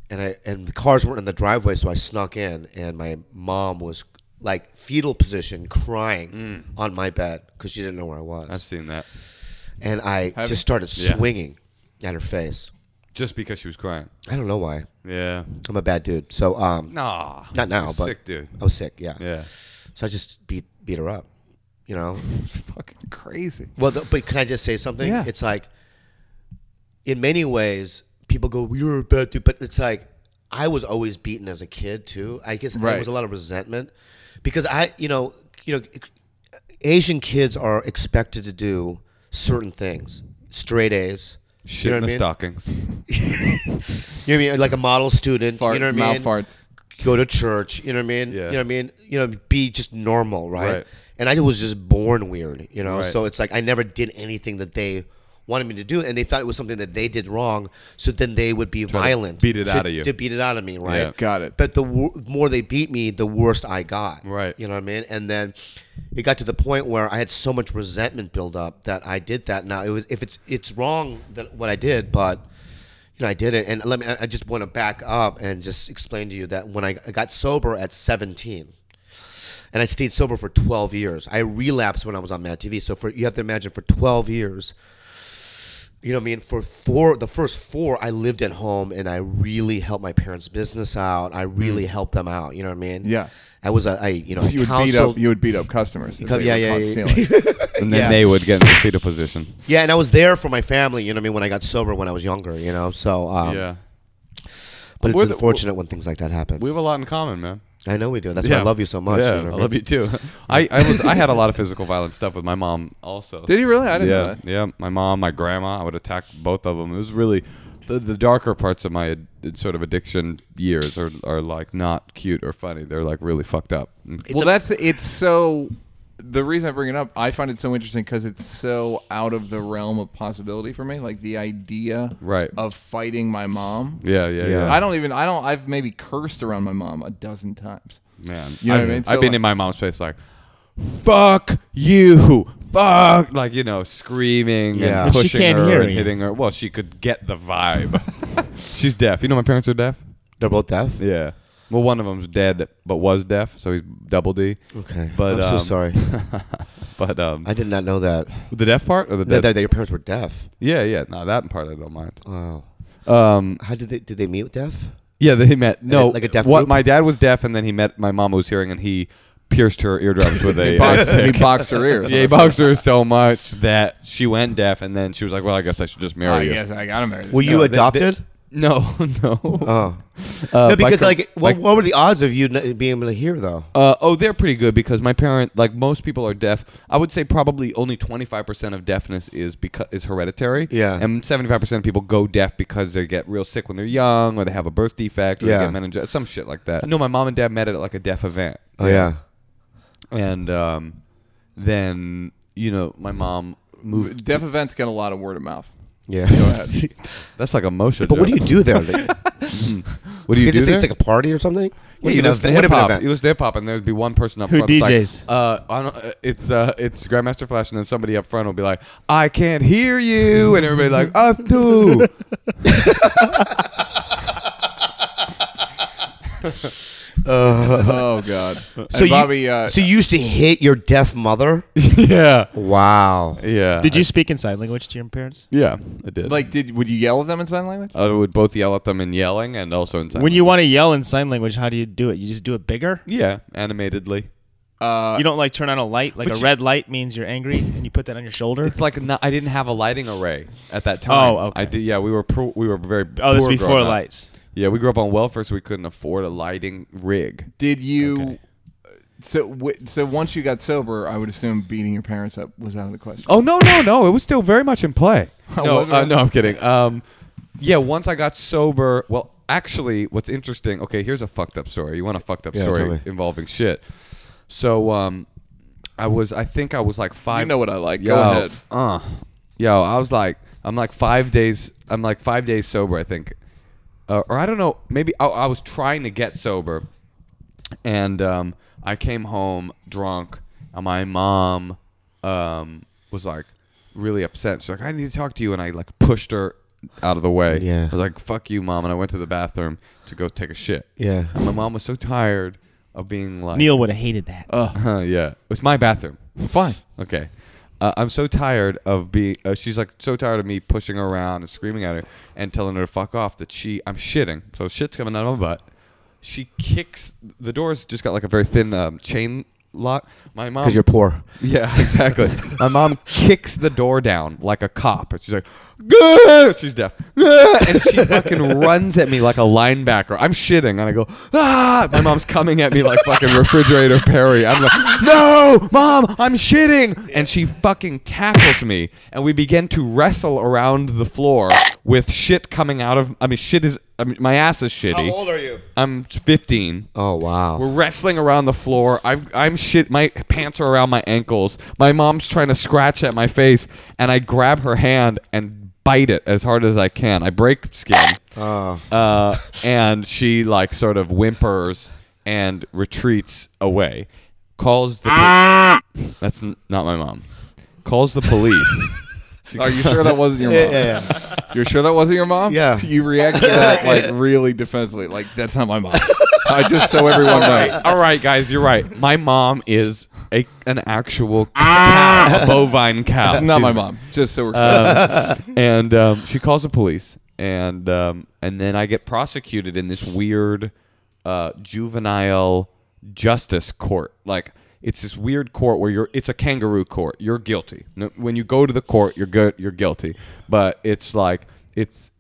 and I and the cars weren't in the driveway, so I snuck in, and my mom was like fetal position, crying Mm. on my bed because she didn't know where I was, I've seen that. and I Have- just started Yeah. swinging at her face. Just because she was crying. I don't know why. Yeah. I'm a bad dude, so um, Nah. not now, You're but sick dude. I was sick, yeah. Yeah. So I just beat beat her up, you know. It's fucking crazy. Well, th but can I just say something? Yeah. It's like, in many ways, people go, "You're a bad dude," but it's like, I was always beaten as a kid too. I guess Right. there was a lot of resentment because I, you know, you know, Asian kids are expected to do certain things: straight A's, Shit you know in what the I mean? stockings. You know what I mean? Like a model student, Fart, you know what I mouth mean? farts. Go to church, you know what I mean? Yeah. You know what I mean? You know, be just normal, right? Right. And I was just born weird, you know. Right. So it's like I never did anything that they wanted me to do, and they thought it was something that they did wrong. So then they would be to violent, beat it out of you. to beat it out of me, right? Yeah. Got it. But the wor- more they beat me, the worse I got. Right. You know what I mean? And then it got to the point where I had so much resentment build up that I did that. Now it was if it's it's wrong that what I did, but you know I did it. And let me. I I just want to back up and just explain to you that when I, I got sober at 17. And I stayed sober for 12 years. I relapsed when I was on Mad TV. So for you have to imagine for 12 years, you know what I mean? For four, the first four, I lived at home and I really helped my parents' business out. Hmm. I really helped them out. You know what I mean? Yeah. I was a, I, you know, I You would beat up. counseled. You would beat up customers. if Co- they yeah, were yeah, caught yeah, yeah. stealing. And then Yeah. they would get in the fetal position. yeah, and I was there for my family. You know what I mean? When I got sober, when I was younger, you know. So, um, yeah. But it's We're the- unfortunate when things like that happen. We have a lot in common, man. I know we do. That's why Yeah. I love you so much. Yeah, you know I what love you too. I, I was I had a lot of physical violence stuff with my mom also. Did he really? I didn't yeah, know that. yeah. My mom, my grandma, I would attack both of them. It was really the, the darker parts of my ad- sort of addiction years are, are like not cute or funny. They're like really fucked up. Mm. well, that's it's so. The reason I bring it up, I find it so interesting because it's so out of the realm of possibility for me. Like the idea, Right. of fighting my mom. Yeah, yeah, yeah. Yeah. I don't even. I don't. I've maybe cursed around my mom a dozen times. man. You know I've, what I mean? I've So, been like- in my mom's face like, "Fuck you, fuck!" Like you know, screaming Yeah. and But she pushing can't her hear and you. hitting her. Well, she could get the vibe. She's deaf. You know, my parents are deaf. They're both deaf. Yeah. Well, one of them's dead, but was deaf, so he's double D. Okay. But I'm um, so sorry. But um, I did not know that. the deaf part or the That, dead? that your parents were deaf. yeah, yeah. No, that part I don't mind. Wow. Um, How did they did they meet with deaf? yeah, they met. No, like a deaf What group? my dad was deaf, and then he met my mom who was hearing, and he pierced her eardrums with a. Box- ice we pick. boxed her ears. Yeah, he boxed her so much that she went deaf, and then she was like, "Well, I guess I should just marry I you." guess I got him. Were they- you they- adopted? No, no. oh. Uh, no, because my- like, what, my- what were the odds of you n- being able to hear though? Uh, oh, they're pretty good because my parent, like most people, are deaf. I would say probably only twenty five percent of deafness is because is hereditary. Yeah. and seventy five percent of people go deaf because they get real sick when they're young, or they have a birth defect, or Yeah. they get meningitis, some shit like that. No, my mom and dad met at like a deaf event, Oh yeah. and um, then you know my mom moved. Deaf events get a lot of word of mouth. Yeah. That's like a motion. But what do joke. Mm-hmm. you do there? Like, What do you Did do there? you think it's like a party or something? Yeah, What, you an listen to event- what hip an hop. event? You listen to hip hop, and there'd be one person up Who front. that's DJs? Like, uh, I don't- uh, it's uh, it's Grandmaster Flash, and then somebody up front will be like, "I can't hear you," and everybody like, "Up too." oh God. So you, Bobby, uh, so you used to hit your deaf mother? yeah, Wow. yeah. Did you speak in sign language to your parents? Yeah, I did. like, did would you yell at them in sign language? I would both yell at them in yelling and also in sign When you want to yell in sign language, how do you do it? You just do it bigger? yeah, animatedly. you don't like turn on a light. Like a red light means you're angry, and you put that on your shoulder. It's like not, I didn't have a lighting array at that time. Oh, okay. I did. Yeah, we were pro, we were very. oh, that's poor growing before up. lights. Yeah, we grew up on welfare, so we couldn't afford a lighting rig. Did you? uh, So w- so once you got sober, I would assume beating your parents up was out of the question. Oh no no no! It was still very much in play. No, was it? uh, no, I'm kidding. Um, yeah, once I got sober. Well, actually, what's interesting? Okay, here's a fucked up story. You want a fucked up tell story me. involving shit? So, um, I was. I think I was like five. You know what I like. Go Yo, ahead. Uh, yo, I was like, I'm like five days. I'm like five days sober. I think, uh, or I don't know. Maybe I, I was trying to get sober, and um, I came home drunk, and my mom um, was like really upset. She's like, "I need to talk to you," and I like pushed her out of the way. Yeah. I was like, "Fuck you, mom," and I went to the bathroom to go take a shit. Yeah. and my mom was so tired of being like, Neil would have hated that. uh, yeah, it was my bathroom. Fine. Okay. Uh, I'm so tired of being. Uh, she's like so tired of me pushing her around and screaming at her and telling her to fuck off. That she, I'm shitting. So shit's coming out of my butt. She kicks the doors. Just got like a very thin um, chain lock. My mom. Because you're poor. Yeah, exactly. My mom kicks the door down like a cop, and she's like, "Gah!" she's deaf, "Gah!" and she fucking runs at me like a linebacker. I'm shitting, and I go, "Ah!" My mom's coming at me like fucking refrigerator Perry. I'm like, "No, mom, I'm shitting!" And she fucking tackles me, and we begin to wrestle around the floor with shit coming out of. I mean, shit is. I mean, my ass is shitty. you? I'm 15. Oh, wow. We're wrestling around the floor. I'm, I'm shit. My pants are around my ankles. My mom's trying to scratch at my face, and I grab her hand and bite it as hard as I can. I break skin, Ah. uh, and she like sort of whimpers and retreats away. Calls the. po- That's n- not my mom. Calls the police. Are you sure that wasn't your mom? You're sure that wasn't your mom? Yeah. You reacted to that like really defensively. Like that's not my mom. I just so everyone knows. All right, guys, you're right. My mom is a an actual cow, a bovine cow. That's not my She's- mom. Just so we're clear. and um, she calls the police, and um, and then I get prosecuted in this weird uh, juvenile justice court. Like it's this weird court where you're. It's a kangaroo court. You're guilty. No, when you go to the court, you're good. You're guilty. But it's like it's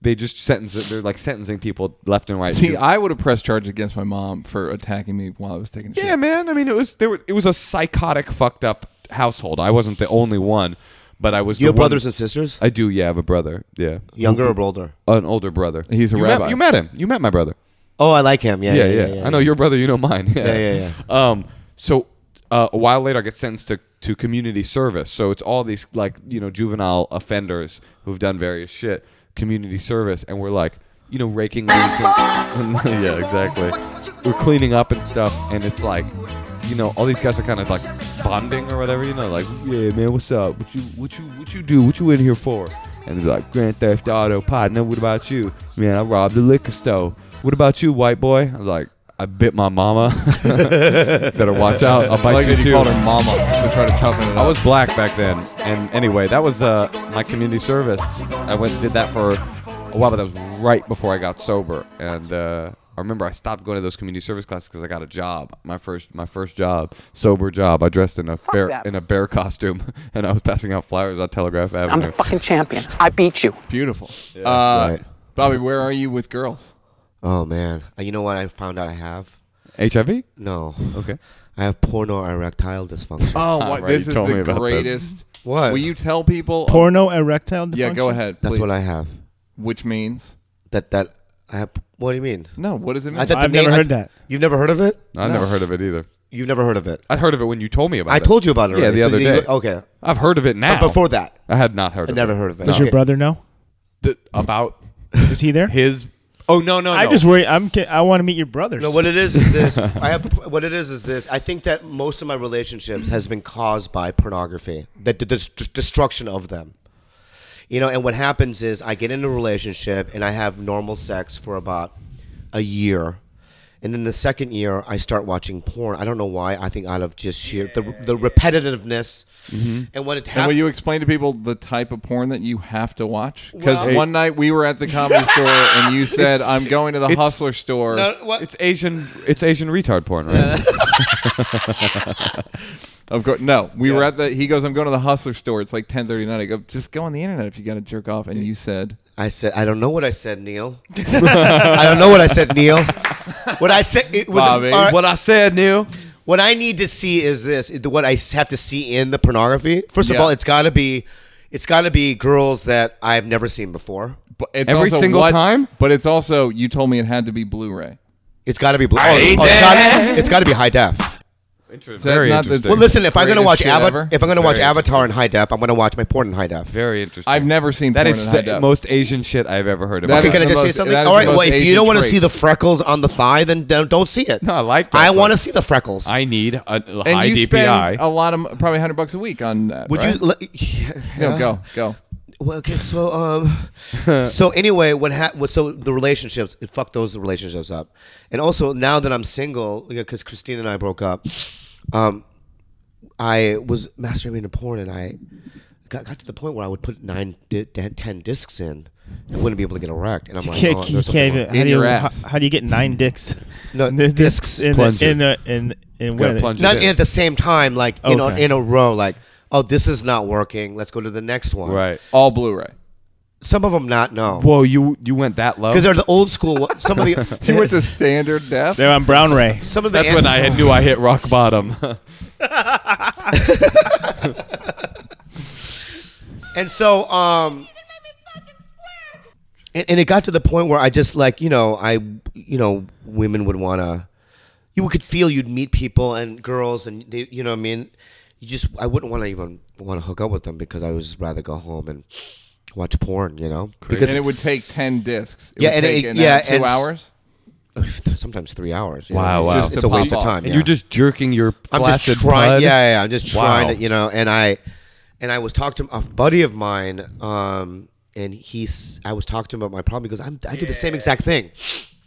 they just sentence. They're like sentencing people left and right. See, I would have pressed charges against my mom for attacking me while I was taking a shit. Yeah, man. I mean, it was there. Were, it was a psychotic, fucked up household. I wasn't the only one, but I was. You the have brothers one, and sisters? I do. Yeah, I have a brother. Yeah, Younger or older? an older brother. He's a you rabbi. Met, you met him. You met my brother. Oh, I like him. Yeah, Yeah, yeah. I know your brother. You know mine. Yeah, yeah, Um, so uh, a while later, I get sentenced to, to community service. So it's all these like you know juvenile offenders who've done various shit, community service, and we're like you know raking leaves. And, yeah, exactly. We're cleaning up and stuff, and it's like. You know, all these guys are kind of like bonding or whatever. You know, like, yeah, man, what's up? What you, what you, what you do? What you in here for? And they're like, Grand Theft Auto, partner. What about you? Man, I robbed the liquor store. What about you, white boy? I was like, I bit my mama. Better watch out. I'll I bite like you that too. you called her mama to try to toughen it I up. was black back then. And anyway, that was uh, my community service. I went and did that for a while, but that was right before I got sober. And uh, I remember I stopped going to those community service classes because I got a job. My first, my first job, sober job. I dressed in a bear in a bear costume, and I was passing out flyers on Telegraph I'm the Avenue. fucking champion. I beat you. beautiful. uh, right. Bobby, where are you with girls? Oh, man. Uh, You know what I found out I have? HIV? No. Okay. I have porno erectile dysfunction. Oh, my, right, this you is told me the about this. greatest. What? Will you tell people? Porno erectile dysfunction. yeah, go ahead. That's please. what I have. Which means That, that, I have. What do you mean? no. What does it mean? I thought the I've never name- I- heard that. You've never heard of it? I never heard of it either. You've never heard of it. I heard of it when you told me about I it. told you about it. Yeah, already. the So other you- day. Okay. I've heard of it now. But before that, I had not heard I of never it. heard of it. Does your brother know? Th- about Is he there? his Oh no no! I no. just worry. I'm. ki- I want to meet your brothers. No, what it is is this. I have what it is is this. I think that most of my relationships has been caused by pornography, the, the, the destruction of them. You know, and what happens is I get in a relationship and I have normal sex for about a year. And then the second year, I start watching porn. I don't know why. I think out of just sheer the, the repetitiveness, Mm-hmm. and what it And will happens. you explain to people the type of porn that you have to watch? Because Well- one night we were at the comedy store and you said, "I'm going to the it's- hustler store." It's Asian. It's Asian retard porn, right? Of course, no. We were at the. He goes, "I'm going to the hustler store." It's like 10:30 night. I go, "Just go on the internet if you got to jerk off." And you said, I said, I don't know what I said, Neil. I don't know what I said, Neil. What I said it was Bobby. all right, I said, Neil. What I need to see is this: what I have to see in the pornography. First of Yeah. all, it's got to be, it's got to be girls that I've never seen before. but it's Every also single what- time? But it's also you told me it had to be Blu-ray. It's got to be. Blue. Oh, oh, it's gotta- it's got to be high def. Very not the- interesting. Well, listen, if I'm gonna Greatest watch shit Ava- ever. if I'm gonna watch Very Avatar in high def, I'm gonna watch my porn in high def. Very interesting. I've never seen That porn is in high the def. most Asian shit I've ever heard of. That Okay, is can I the just say most- something? that is All the right, well, most if you Asian don't want to trait. see the freckles on the thigh, then don't, don't see it. No, I like that, I but- want to see the freckles. I need a And high you DPI. spend a lot of probably 100 bucks a week on that. Would right? you? let- No, go, go. Well, okay, so um, so anyway, what ha- what so the relationships? It fucked those relationships up, and also now that I'm single, because Christine and I broke up, um, I was masturbating to porn, and I got, got to the point where I would put nine, di- di- ten discs in, and wouldn't be able to get erect, and I'm You like, can't- oh, you there's can't something even- wrong. how, do you, your how, ass. how do you get nine dicks? No, There's discs in plunger. in a, in in Gotta where? plunge not it in at the same time, like you know, Okay. in a row, like. Oh, this is not working. Let's go to the next one. Right. All Blu-ray. Some of them not no. Whoa, you you went that low? Because they're the old school. one- Some of the You went to standard def. They're on Brown Ray. Some of the That's when I had, knew I hit rock bottom. And so, um, and, and it got to the point where I just like you know I you know women would wanna you could feel you'd meet people and girls and they, you know what I mean you just I wouldn't want to even want to hook up with them because I would just rather go home and watch porn you know and because it would take 10 discs. It Yeah, would and take it- an yeah, hour, two and s- hours. sometimes three hours you Wow, know? wow. It's Just just, it's to a waste pop of off. time And yeah. You're just jerking your I'm flaccid just trying. bud? Yeah, yeah, I'm just Wow. trying to, you know. And I, and I was talking to a buddy of mine, um, and he's. I was talking to him about my problem because I'm, I do the same exact thing.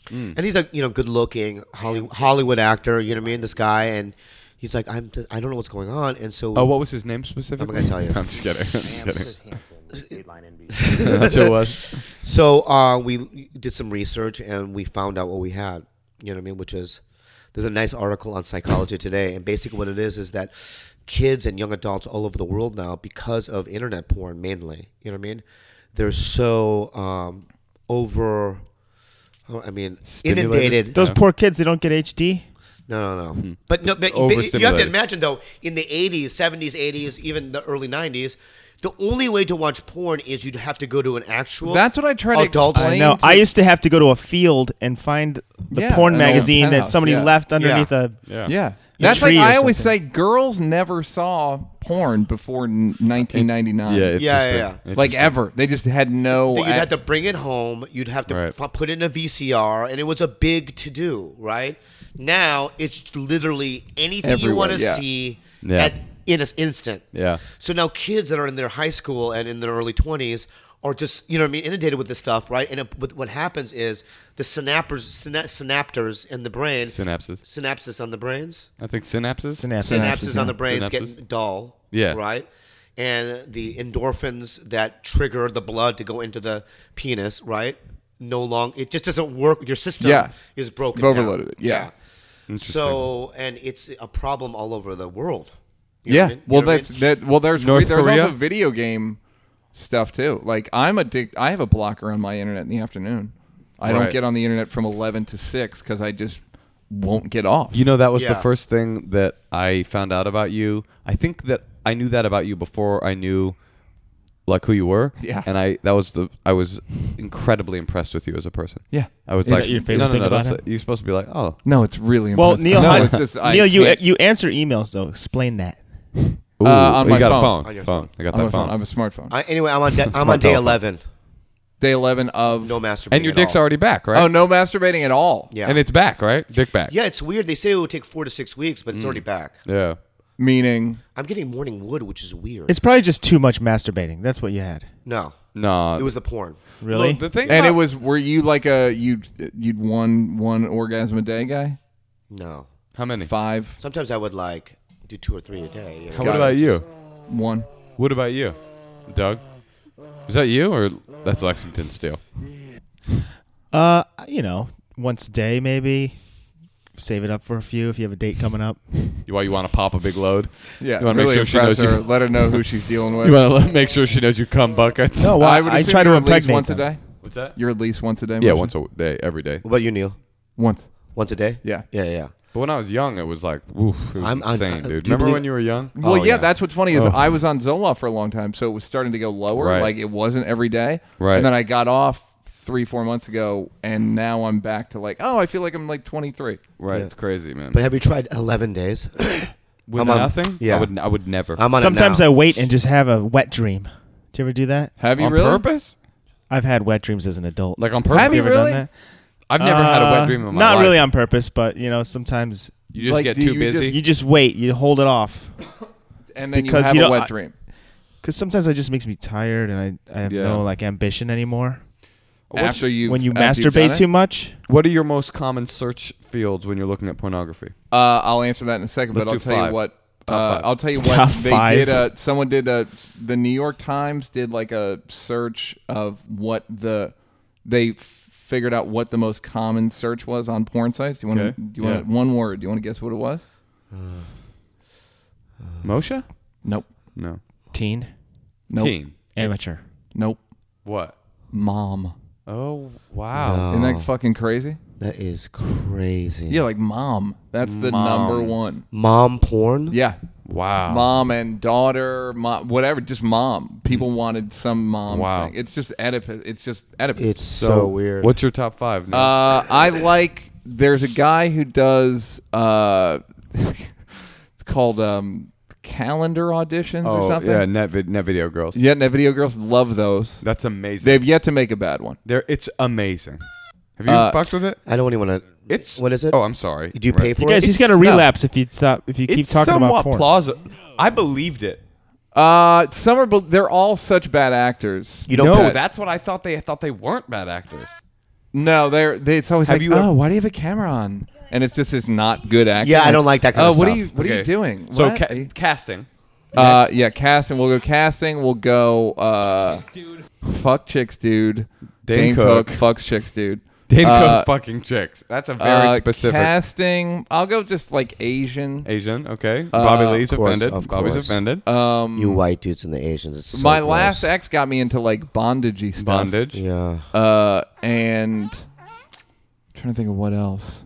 Mm. And he's a you know good looking Hollywood, Hollywood actor. You know what I mean? This guy, and he's like, I'm. I don't know what's going on. And so, Oh, what was his name specifically? gonna tell you. I'm just kidding. I'm just kidding. That's who it was. so uh, we did some research and we found out what we had. You know what I mean? Which is there's a nice article on Psychology Today, and basically what it is is that kids and young adults all over the world now, because of internet porn mainly, you know what I mean? They're so um, over. oh, I mean, Stimulated? inundated. Those poor kids. They don't get HD. No, no, no. Hmm. But no, but, but you have to Overstimulated. imagine though, in the '80s, '70s, '80s, even the early '90s, the only way to watch porn is you'd have to go to an actual. That's what I try to adult explain. No, to- I used to have to go to a field and find the Yeah, porn an old magazine that penthouse, somebody yeah. left underneath Yeah. a. Yeah. Yeah. That's like tree or I always say something. girls never saw porn before n- 1999. Yeah, Yeah, yeah, interesting. yeah. Like ever. They just had no that you'd ac- have to bring it home. You'd have to Right. f- put it in a VCR, and it was a big to do, right? Now it's literally anything you Everywhere, want to yeah. see Yeah. at, in an instant. Yeah. So now kids that are in their high school and in their early twenties are just you know what I mean inundated with this stuff, right? And it, but what happens is the synapters, syna- synapters in the brain, Synapses. synapses on the brains, I think synapses. Synapses. synapses on the brains Synapses. get dull. Yeah. Right? And the endorphins that trigger the blood to go into the penis, right? No long it just doesn't work. Your system Yeah. is broken. You've down. overloaded it, yeah. So and it's a problem all over the world. You know Yeah. what I mean? You Well, know what I that's mean? that well there's North there's Korea? also video game stuff too. Like I'm addict I have a blocker on my internet in the afternoon. I Right. don't get on the internet from 11 to 6 cuz I just won't get off. You know, that was the Yeah. first thing that I found out about you. I think that I knew that about you before I knew like who you were. Yeah. And I that was the I was incredibly impressed with you as a person. Yeah. I was Is like that your favorite no, no, thing no, about that's- him? You're supposed to be like, oh, No, it's really Well, impressive. Neil, no, how- it's just, I Neil, you can't- you answer emails though. Explain that. Ooh, on you my got a phone. phone. On your phone. phone. I got I have that a phone. phone. I have a smartphone. I, anyway, I'm on, de- I'm Smart on day telephone. eleven. Day 11 of. No masturbating. and your at dick's all. already back, right? Oh, no masturbating at all. Yeah. And it's back, right? Dick back. Yeah, it's weird. They say it would take four to six weeks, but it's already back. Yeah. Meaning, I'm getting morning wood, which is weird. It's probably just too much masturbating. That's what you had. no, No. it was the porn. Really? the thing and about- it was were you like a you you'd one one orgasm a day guy No. how many? five Sometimes I would like do two or three a day. you know. How, what about you? one What about you, Doug? Is that you or that's Lexington Steel? Uh, you know, once a day maybe. Save it up for a few if you have a date coming up. You why you want to pop a big load? yeah You wanna make really sure she impress knows her you- let her know who she's dealing with You want to make sure she knows you cum buckets. No, well, I, I assume try to you're at least impregnate once them. a day What's that? you're at least once a day yeah, Marcia? once a day, every day. What about you, Neil? once Once a day? Yeah. Yeah, yeah. But when I was young, it was like, woof, it was I'm- I'm- insane, I- do you dude. Remember believe- when you were young? well Oh, yeah, yeah. that's what's funny is Oh. i was on zoloft for a long time so it was starting to go lower Right. like it wasn't every day Right. and then i got off three four months ago and now i'm back to like oh i feel like i'm like 23 Right, it's crazy, man. But have you tried 11 days? With I'm on- nothing, yeah. I would, I would never. I'm on it Sometimes now. I wait and just have a wet dream. Do you ever do that? have you on really purpose? I've had wet dreams as an adult. Like on purpose? Have you ever really? done that? I've never had a Uh, wet dream in my not life. really on purpose, but you know, sometimes You just Like, get do too you just- busy. you just wait, you hold it off, and then Because you have you a know, wet I- dream because sometimes it just makes me tired and I, I have Yeah. no like ambition anymore. after you when you after you've done masturbate it? too much, what are your most common search fields when you're looking at pornography? Uh, I'll answer that in a 2nd but Let's I'll do tell five. you what. Top Uh, five. I'll tell you what Top they five. did. Uh, someone did a. The New York Times did like a search of what the they f- figured out what the most common search was on porn sites. Do you want to? Okay. Do you want to Yeah. one word? Do you want to guess what it was? Moshe? Nope. No. teen, Nope. Teen. amateur. Nope. What? Mom. Oh wow! Isn't that fucking crazy? That is crazy. Yeah, like mom. That's the Mom. number one. Mom porn? Yeah. Wow. Mom and daughter, mom, whatever, just mom. People wanted some mom Hmm. Wow. thing. It's just Oedipus. It's just Oedipus. It's so, Oh, weird. What's your top five? Nick? Uh, I like. There's a guy who does. Uh, it's called um, calendar auditions oh or something. yeah, net, vid- net video girls. Yeah, and the video girls love those. That's amazing. They've yet to make a bad one. They're, it's amazing. Have you Uh, fucked with it? I don't even want to. It's What is it? Oh, I'm sorry. Do you pay for You guys, it? he's gonna no. relapse if you stop if you keep it's talking somewhat about porn. plausible. I believed it. Uh, some are. bel- They're all such bad actors. You don't no, pay. that's what I thought. They I thought they weren't bad actors. No, they're. They, it's always Have like, you oh, ever- why do you have a camera on? And it's just this not good acting. Yeah, I don't like that kind oh, of what stuff. Are you, what are you Okay. doing? So What? ca- casting. Uh, Next. yeah, casting. We'll go casting. We'll go. Uh, Fuck chicks, dude. Dane Cook. fucks chicks, dude. Dane Cook Uh, fucking chicks. That's a very uh, specific casting. I'll go just like Asian. Asian. Okay, Bobby of Lee's course, offended. of Bobby's course. offended. Um, You white dudes and the Asians. It's so my gross. last ex got me into like bondagey stuff. Bondage. Yeah. Uh, and trying to think of what else.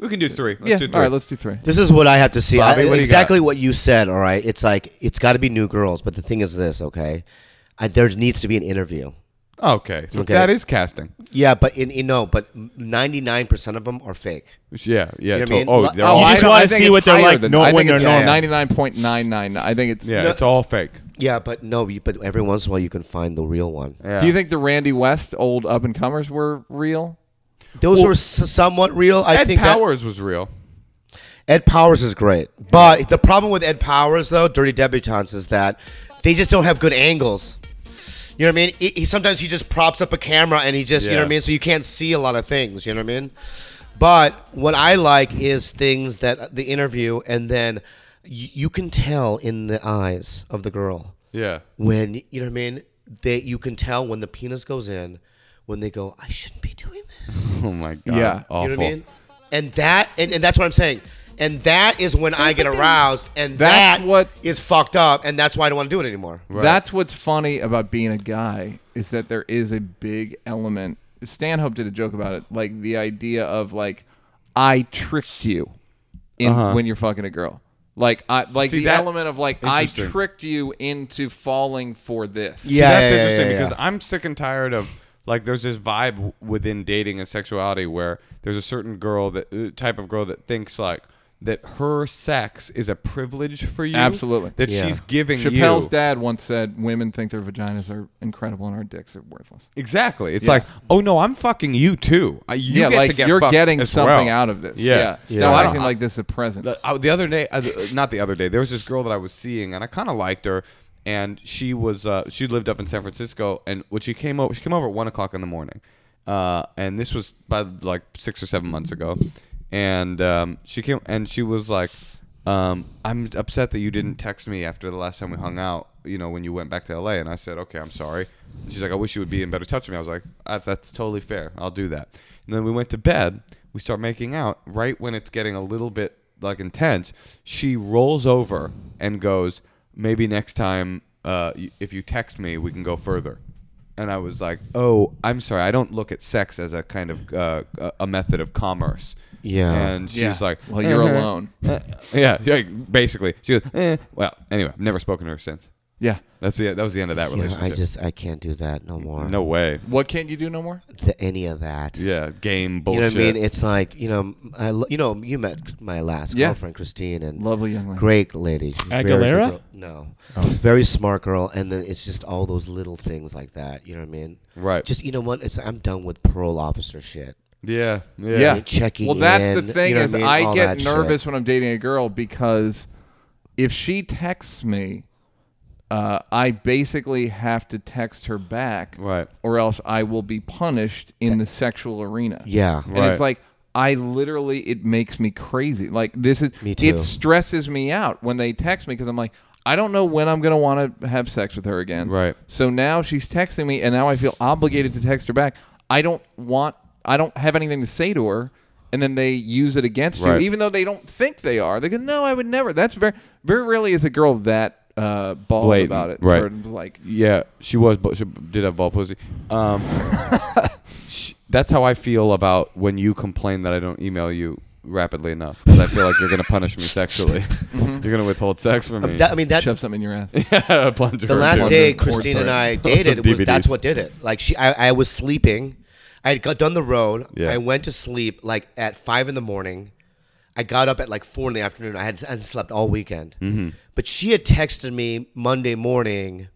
We can do three. Let's yeah. do three. All right, let's do three. This is what I have to see. Bobby, I- what do you exactly got? what you said. All right, it's like it's got to be new girls. But the thing is this, okay? I, there needs to be an interview. okay, Mm. so Okay. that is casting. Yeah, but in, in no, but ninety nine percent of them are fake. Yeah, yeah. You know what I to- mean? oh, Like- they're Oh, all You I just don't- wanna I think see it's what they're higher like than- nor- I think when they're it's normal. Ninety-nine point nine nine. I think it's. Yeah, it's all fake. Yeah, but no, you, but every once in a while you can find the real one. Yeah. Do you think the Randy West old up and comers were real? Those were s- somewhat real. I Ed think that- Powers was real? Ed Powers is great, but the problem with Ed Powers though, Dirty Debutantes, is that they just don't have good angles. You know what I mean? He- he, sometimes he just props up a camera and he just, you know what Yeah. I mean? So you can't see a lot of things. You know what I mean? But what I like is things that the interview and then you, you can tell in the eyes of the girl Yeah. when you know what I mean. They you can tell when the penis goes in, when they go, I shouldn't be doing this. Oh my god. Yeah. Awful. You know what I mean? And that and, and that's what I'm saying. And that is when I get aroused and That's that what- is fucked up and that's why I don't want to do it anymore. Right. That's what's funny about being a guy is that there is a big element. Stanhope did a joke about it, like the idea of like I tricked you in when you're fucking a girl. Like I like Uh-huh. See, the that- element of like I Interesting. tricked you into falling for this. Yeah. See, that's yeah, interesting yeah, yeah. because I'm sick and tired of like there's this vibe w- within dating and sexuality where there's a certain girl that uh, type of girl that thinks like that her sex is a privilege for you. Absolutely. That Yeah. she's giving Chappelle's you. dad once said, "Women think their vaginas are incredible and our dicks are worthless." Exactly. It's Yeah. like, oh no, I'm fucking you too. Uh, You yeah, get like to get you're fucked getting as something well. out of this. Yeah. Yeah, Yeah. stop I don't- acting like this is a present. The, uh, the other day, uh, the- not the other day, there was this girl that I was seeing, and I kind of liked her. And she was uh, she lived up in San Francisco, and when she came over, she came over at one o'clock in the morning, uh, and this was by like six or seven months ago. And um, she came, and she was like, um, "I'm upset that you didn't text me after the last time we hung out. You know, when you went back to LA." And I said, "Okay, I'm sorry." And she's like, "I wish you would be in better touch with me." I was like, "Ah, "That's totally fair. I'll do that." And then we went to bed. We start making out right when it's getting a little bit like intense, she rolls over and goes, "Maybe next time, uh, y- if you text me, we can go further." And I was like, "Oh, I'm sorry. I don't look at sex as a kind of uh, a- a method of commerce." Yeah. And she's Yeah. like, Well, you're "Uh-huh." alone. yeah, like, basically. She goes, eh. "Well, anyway, I've never spoken to her since." yeah. That's the that was the end of that Yeah, relationship. I just I can't do that no more. no way. What can't you do no more? Th- any of that. Yeah, game You know bullshit. what I mean? It's like you know, I, lo- you know, you met my last Yeah. girlfriend, Christine, and Lovely young lady. great lady, Very good Aguilera? girl. No, Oh. very smart girl, and then it's just all those little things like that. You know what I mean? Right. Just you know what? It's I'm done with parole officer shit. yeah, yeah, Yeah. Checking. Well, that's in, the thing you know is what I, mean? I All get that nervous Shit. when I'm dating a girl because if she texts me, uh, I basically have to text her back, Right. Or else I will be punished in the sexual arena. Yeah. and Right. it's like I literally it makes me crazy. Like this is Me too. it stresses me out when they text me because I'm like. I don't know when I'm going to want to have sex with her again. Right. So now she's texting me, and now I feel obligated to text her back. I don't want, I don't have anything to say to her, and then they use it against Right. you, even though they don't think they are. They go, "No, I would never." That's very, very rarely is a girl that uh, bald Blatant, about it. right. Or, like, Yeah, she was, but she did have ball pussy. Um, sh that's how I feel about when you complain that I don't email you rapidly enough because I feel like you're gonna punish me sexually. You're gonna withhold sex from me. Mm-hmm. That, I mean that. shove something in your ass. Plunger the or last two. day porn Christine and thread. I dated Some was that's DVDs. what did it. Like she, I, I was sleeping. I had got done the road. Yeah. I went to sleep like at five in the morning. I got up at like four in the afternoon. I had and slept all weekend. But she had texted me Monday morning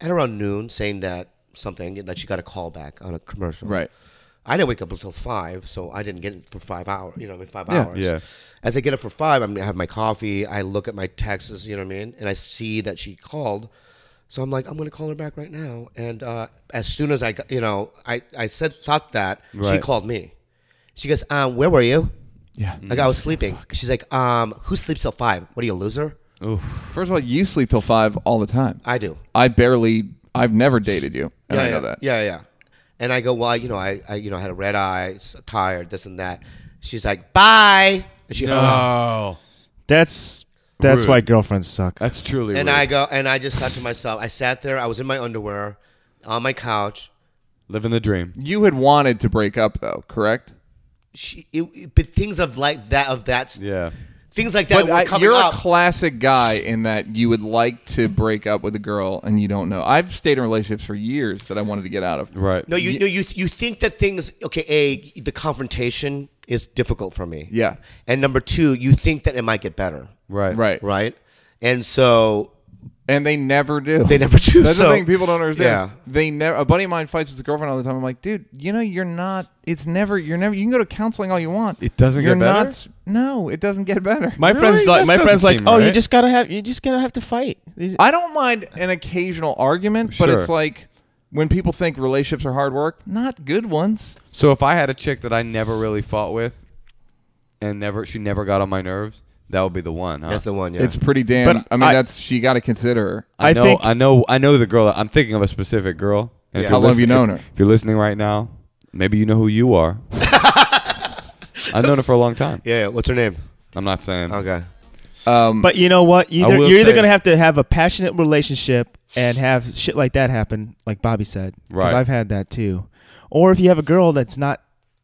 at around noon saying that something that she got a call back on a commercial. Right. I didn't wake up until five, so I didn't get it for five hours. You know, I mean, five Yeah. hours. Yeah. As I get up for five, I'm gonna have my coffee. I look at my texts. You know what I mean? And I see that she called, so I'm like, I'm gonna call her back right now. And uh, as soon as I, got, you know, I I said thought that she Right. called me. She goes, um, where were you? Yeah. Mm. Like I was sleeping. She's like, um, who sleeps till five? What are you a loser? First of all, you sleep till five all the time. I do. I barely. I've never dated you, and yeah, I know yeah, that. Yeah, yeah. And I go, well, you know, I, I you know, I had a red eye, s- tired, this and that. She's like, bye. And she hung Oh, up. That's that's Rude. why girlfriends suck. that's truly. And rude. I go, and I just thought to myself, I sat there, I was in my underwear, on my couch. living the dream. You had wanted to break up, though, correct? She, it, it- but things of like that, of that, Yeah. things like that but were I- coming you're up. a classic guy in that you would like to break up with a girl and you don't know. I've stayed in relationships for years that I wanted to get out of. Right. no, you, no, you, you think that things. Okay, a the confrontation is difficult for me. Yeah. And number two, you think that it might get better, Right. Right. right? And so And they never do. They never do, That's so- the thing people don't understand. Yeah. is They never. A buddy of mine fights with his girlfriend all the time. I'm like, dude, you know, you're not. It's never. You're never. You can go to counseling all you want. It doesn't you're get better? Not, no, it doesn't get better. my Really? friends like That my doesn't friends like, seem oh, you right." just gotta have you just gotta have to fight. These- I don't mind an occasional argument, but Sure. it's like when people think relationships are hard work, not good ones. So if I had a chick that I never really fought with, and never she never got on my nerves, that would be the one. Huh? that's the one. Yeah. Uh, It's pretty damn. But I mean, I- that's she got to consider. her. I, I know, think- I know, I know the girl. I'm thinking of a specific girl. And if you're Yeah. How long have you listening- known if- her? If you're listening right now, maybe you know who you are. I've known her for a long time. yeah, yeah. What's her name? I'm not saying. Okay. Um, But you know what? You I Either, will you're either say- gonna have to have a passionate relationship and have shit like that happen, like Bobby said. 'cause Right. I've had that too. Or if you have a girl that's not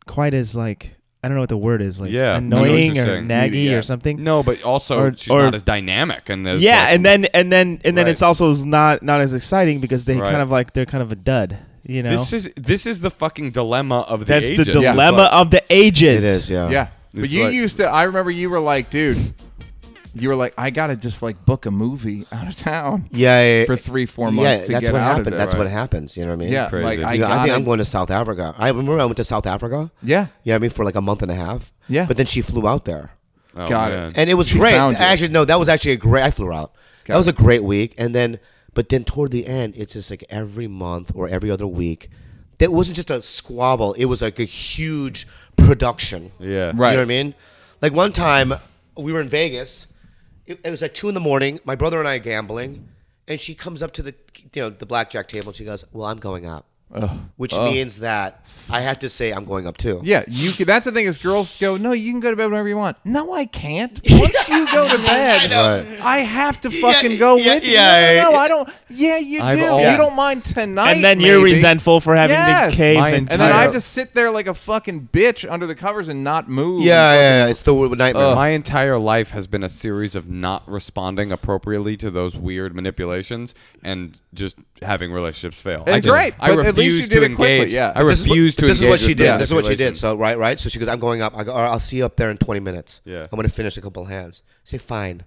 quite as like I don't know what the word is like Yeah, I know what annoying you're or saying. naggy Needy, yeah. or something. No, but also Or- she's or- not as dynamic and as yeah, like- and then and then and then Right. it's also is not not as exciting because they Right. kind of like they're kind of a dud. You know, this is this is the fucking dilemma of the that's the ages. It's dilemma like- of the ages. It is. Yeah. yeah, But you used to. I remember you were like, dude, you were like, I gotta just like book a movie out of town. Yeah, For three, four months Yeah, to that's get what out of happened. there, That's what right? happens. You know what I mean? Yeah, Crazy. like I You know, I, got think I'm it. going to South Africa. I remember I went to South Africa. Yeah, You know what I mean? For like a month and a half. Yeah. But then she flew out there. oh, got man. it. And it was She great. found you. Actually, no, that was actually a great. I flew her out. that was a great week. And then, but then toward the end, it's just like every month or every other week. That wasn't just a squabble. It was like a huge production. Yeah. Right. You know what I mean? Like one time, we were in Vegas. It, it was like two in the morning. My brother and I are gambling, and she comes up to the you know the blackjack table. and She goes, "Well, I'm going up," which means that I had to say I'm going up too. yeah. You. Can, that's the thing is, girls go, no, you can go to bed whenever you want. No, I can't. Once you go to bed, I, have to fucking go yeah, with you. yeah, no, no, no, yeah. I don't. Yeah, you I've do. always- you don't mind tonight. and then you're maybe. resentful for having Yes. to cave My and And then I entire- have to sit there like a fucking bitch under the covers and not move. Yeah, yeah, yeah. It's the nightmare. My entire life has been a series of not responding appropriately to those weird manipulations and just having relationships fail. And I just, great, I but at least refuse you did to it quickly, engage. yeah. I But this is what- refuse to This is engage what she with did. that This is what she did. manipulation. So right, right. So she goes, "I'm going up. I go, "All right, I'll see you up there in 20 minutes. Yeah. I'm going to finish a couple hands." I say, "Fine."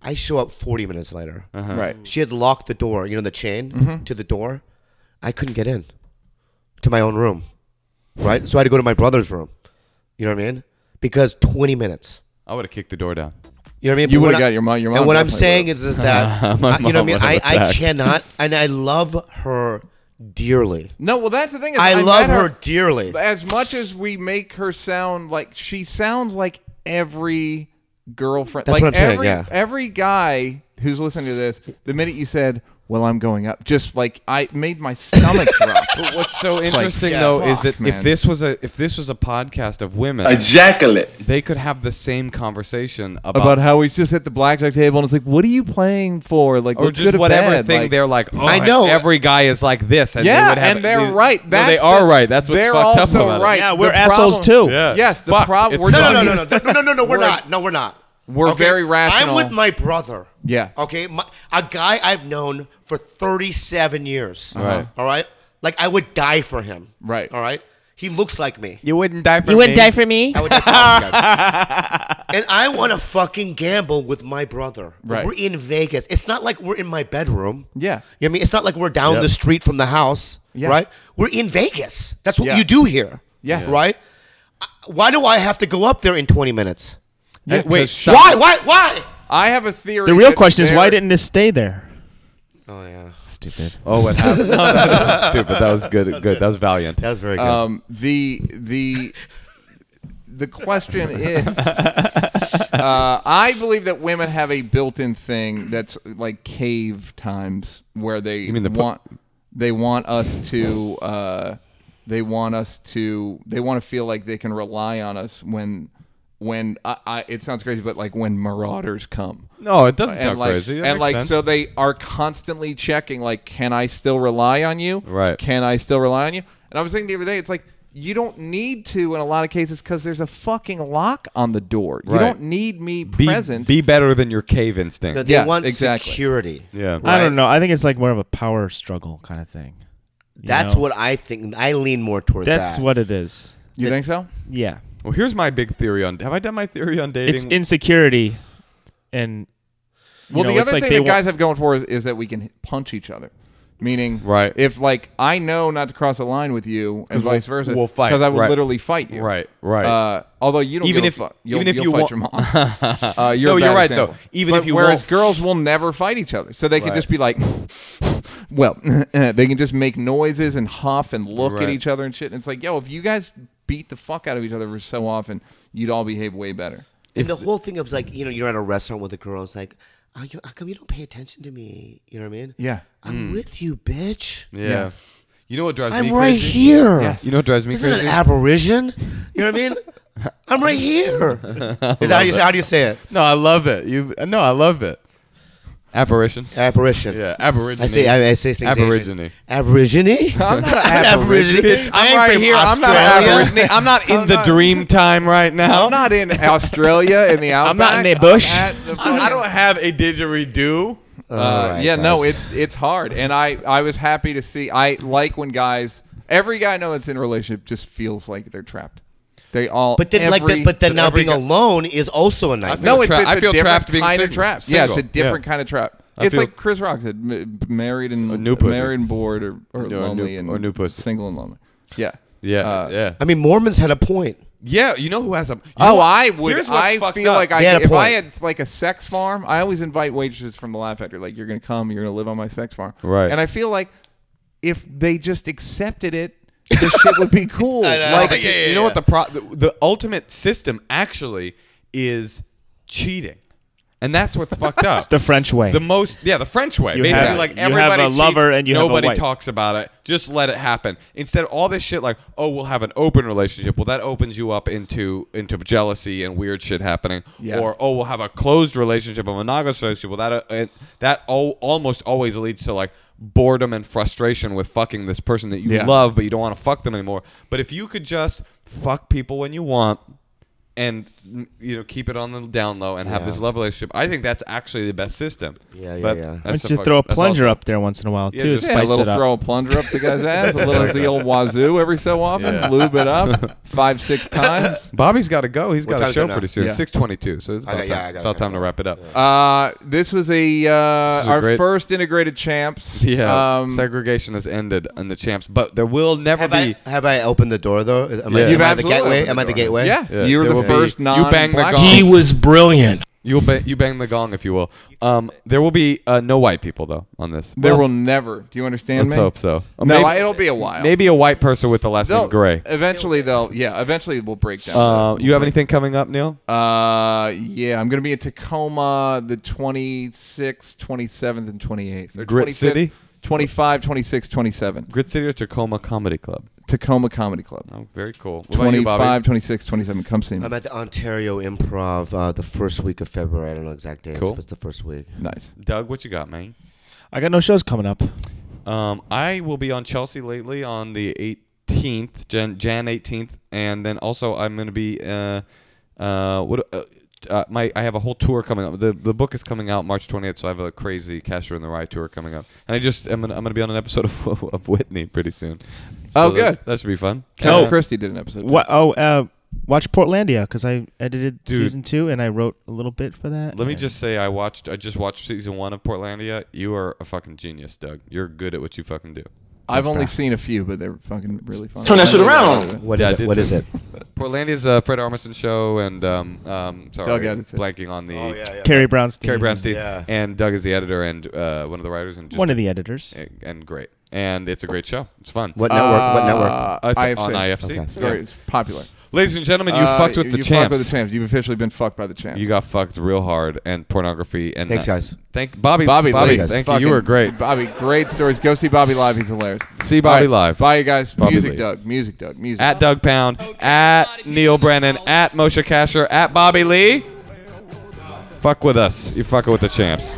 I show up 40 minutes later. Uh-huh. Right. She had locked the door, you know, the chain Mm-hmm. to the door. I couldn't get in to my own room, right? so I had to go to my brother's room. You know what I mean? Because 20 minutes. I would have kicked the door down. You know what I mean? You But would've what got I- your mom- your And mom what I'm definitely saying is, is that I, you know what I mom mean? would've I, I attacked. cannot, and I love her dearly. No, well, that's the thing. Is I, met love her dearly. as much as we make her sound like she sounds like every girlfriend. That's like what I'm saying, every, yeah. Every guy who's listening to this, the minute you said, "Well, I'm going up," just like I made my stomach drop. But what's so like, interesting yeah, though is fuck, that man. if this was a if this was a podcast of women, Ejaculate. they could have the same conversation about, About how he's just at the blackjack table and it's like, "What are you playing for?" Like, or let's go just to whatever bed, thing like- they're like. Oh, I know. every guy is like this. And Yeah, they would have, and they're they- right. No, That's they the- are right. That's what's they're fucked up also about right. it. Yeah, The we're assholes problem- too. Yeah. Yes, the Fuck, problem. it's We're No, No, no, talking- no, no, no, no, no, no, no. We're not. No, we're not. We're very rational. I'm with my brother. Yeah. Okay. My, a guy I've known for 37 years. Right. All right. Like I would die for him. Right. All right. He looks like me. You wouldn't die for You wouldn't me. die for me? I would die for him, guys. And I want to fucking gamble with my brother. Right. We're in Vegas. It's not like we're in my bedroom. Yeah. You know what I mean, it's not like we're down the street from the house. Yeah. Right. We're in Vegas. That's what Yeah. you do here. Yes. Right. I- Why do I have to go up there in 20 minutes? Yeah, Wait, 'cause stop. Why? Why? Why? I have a theory. The real that question is why they're- didn't this stay there? Oh yeah. Stupid. Oh, what happened? No, that was stupid. That was good. good. That was valiant. That was very good. um, the the the question is uh, i believe that women have a built-in thing that's like cave times where they mean the pu- want they want us to uh, they want us to they want to feel like they can rely on us when when I, I, it sounds crazy but like when marauders come No, it doesn't sound and like, crazy. That and makes like, sense. so they are constantly checking. Like, can I still rely on you? Right. Can I still rely on you? And I was thinking the other day, it's like you don't need to in a lot of cases because there's a fucking lock on the door. You Right. don't need me be, present. Be better than your cave instinct. No, they Yeah, want exactly. security. yeah. I don't know. I think it's like more of a power struggle kind of thing. You That's know? what I think. I lean more toward That's that. what it is. you think so? Yeah. Well, here's my big theory on. Have I done my theory on dating? It's insecurity and you Well, know, the it's other like thing they that wa- guys have going for is, is that we can punch each other. Meaning, Right. If like I know not to cross a line with you, and vice versa, we'll fight, because I will right. literally fight you, Right, right. Uh, although you don't Even give if- a fuck. You'll, even if you'll you fight won't- your mom. Uh, you're No, a you're bad right, though. example. Even But if you whereas won't- girls will never fight each other, so they can Right. just be like, well, uh, they can just make noises and huff and look at Right. each other and shit. And it's like, yo, if you guys beat the fuck out of each other for so often, you'd all behave way better. and the whole thing of like, you know, you're at a restaurant with a girl. It's like, oh, you, how come you don't pay attention to me? You know what I mean? Yeah. I'm with you, bitch. yeah. You know what drives me I'm crazy? right here. You know what drives me This isn't crazy? an apparition. You know what I mean? I'm right here. Is that how you, how do you say it? no, I love it. You no, I love it. Apparition. Apparition. Yeah, aborigine. I say I, I say things Asian. Aborigine. Aborigine. I'm not an aborigine. aborigine. I I'm ain't right from here. I'm not an Australia. aborigine. I'm not in the dream time right now. I'm not in Australia in the outback. not in a bush. I'm at the fucking- I don't have a didgeridoo. All Uh, right, yeah, no, guys. it's it's hard, and I I was happy to see. I like when guys, every guy I know that's in a relationship just feels like they're trapped. They all. But then, like, every- the, but then now every being guy- alone is also a nightmare. No, it's- Tra- I feel different trapped being kind of single. trap. Yeah, Single. it's a different Yeah. kind of trap. I it's feel- like Chris Rock said, m- married and new pussy. married and bored, or, or Yeah, or lonely new- and or new pussy. single and lonely. Yeah, Yeah, Uh, yeah, I mean, Mormons had a point. yeah. You know who has a? you know Oh, what? I would. Here's what's I fucked feel up. like I, They had a if I point. had like a sex farm, I always invite waitresses from the Laugh Factory. Like, you're gonna come, you're gonna live on my sex farm, Right. And I feel like if they just accepted it, this shit would be cool. Like, Like, you know what the, pro- the the ultimate system actually is cheating, and that's what's fucked up. It's the French way. Oh. The most, yeah, the French way. You Basically, have- like you have everybody a cheats, lover and you have a nobody wife. talks about it. Just let it happen. Instead, of all this shit like, oh, we'll have an open relationship. Well, that opens you up into into jealousy and weird shit happening. Yeah. Or oh, we'll have a closed relationship, a monogamous relationship. Well, that uh, and that al- almost always leads to like boredom and frustration with fucking this person that you Yeah. love, but you don't want to fuck them anymore. But if you could just fuck people when you want. And mm, you know, keep it on the down low and have Yeah. this love relationship. I think that's actually the best system. Yeah, yeah, But that's yeah. Why Why don't the you fuck- throw a that's plunger also- up there once in a while Yeah, too? just- Yeah, a spice little it up. throw a plunger up the guy's ass, a little the old wazoo every so often, Yeah. lube it up five six times. Bobby's got to go. He's What got time a is it show now? pretty soon. Yeah. Six twenty-two. So it's I about, got- yeah, time, I gotta about time to go. wrap it up. Uh, this was a uh, This is a our great- first integrated champs. Yeah, Um, segregation has ended in the champs, but there will never Have be. I, have I opened the door though? Am Yeah. I, You've am I the absolutely gateway? opened am the I the door. gateway? yeah, Yeah, you were there the will be- first you non. bang the gong. He He was brilliant. You'll ba- you bang the gong if you will. Um, there will be uh, no white people though on this. There Well, will never. Do you understand Let's me? hope so. Uh, No, Maybe- I- it'll be a while. maybe a white person with the last they'll name Gray. Eventually, they'll. Yeah, eventually we'll break down. Uh, you have anything coming up, Neil? Uh, yeah, I'm gonna be in Tacoma the 26th, 27th, and 28th. Or Grit 25th, City? 25, 26, 27. Grid City or Tacoma Comedy Club? Tacoma Comedy Club. Oh, very cool. What about you, Bobby? 25, 26, 27. Come see me. I'm at the Ontario Improv uh, the first week of February. I don't know exact dates, Cool. but it's the first week. Nice. Doug, what you got, man? I got no shows coming up. Um, I will be on Chelsea lately on the 18th, Jan, Jan 18th, and then also I'm going to be uh, uh, what uh, uh, my I have a whole tour coming up. The the book is coming out March 28th, so I have a crazy Casher in the Rye tour coming up, and I just am gonna, I'm going to be on an episode of, of Whitney pretty soon. Oh, that's- good. that should be fun. Kevin Uh, Christie did an episode. What? Oh, uh, watch Portlandia because I edited Dude. season two and I wrote a little bit for that. Let me and- just say, I watched. I just watched season one of Portlandia. You are a fucking genius, Doug. You're good at what you fucking do. I've only seen a few, but they're fucking really fun. Turn that shit around. What Yeah, I is did it? What too. is it? Portlandia's uh, Fred Armisen show, and um, um, sorry, Doug edits it. blanking on the Carrie Brownstein. Carrie Brownstein, Yeah. and Doug is the editor and uh, one of the writers, and just One of the editors. and, and great, and it's a great show. It's fun. What network? what network? Uh, It's IFC. on IFC. Okay. It's very Yeah. it's popular. Ladies and gentlemen, you Uh, fucked with the you champs. Fucked with the champs. You've officially been fucked by the champs. You got fucked real hard, and pornography. And Thanks, uh, guys. Thank Bobby. Bobby, Bobby. Lee. Thank you. You were Fucking- great. Bobby, great stories. Go see Bobby live. He's hilarious. See Bobby All live. Bye, you guys. Bobby music, Lee. Doug. Music, Doug. Music. At Doug Pound, at Neil Brennan, at Moshe Kasher, at Bobby Lee. Fuck with us. You fuck with the champs.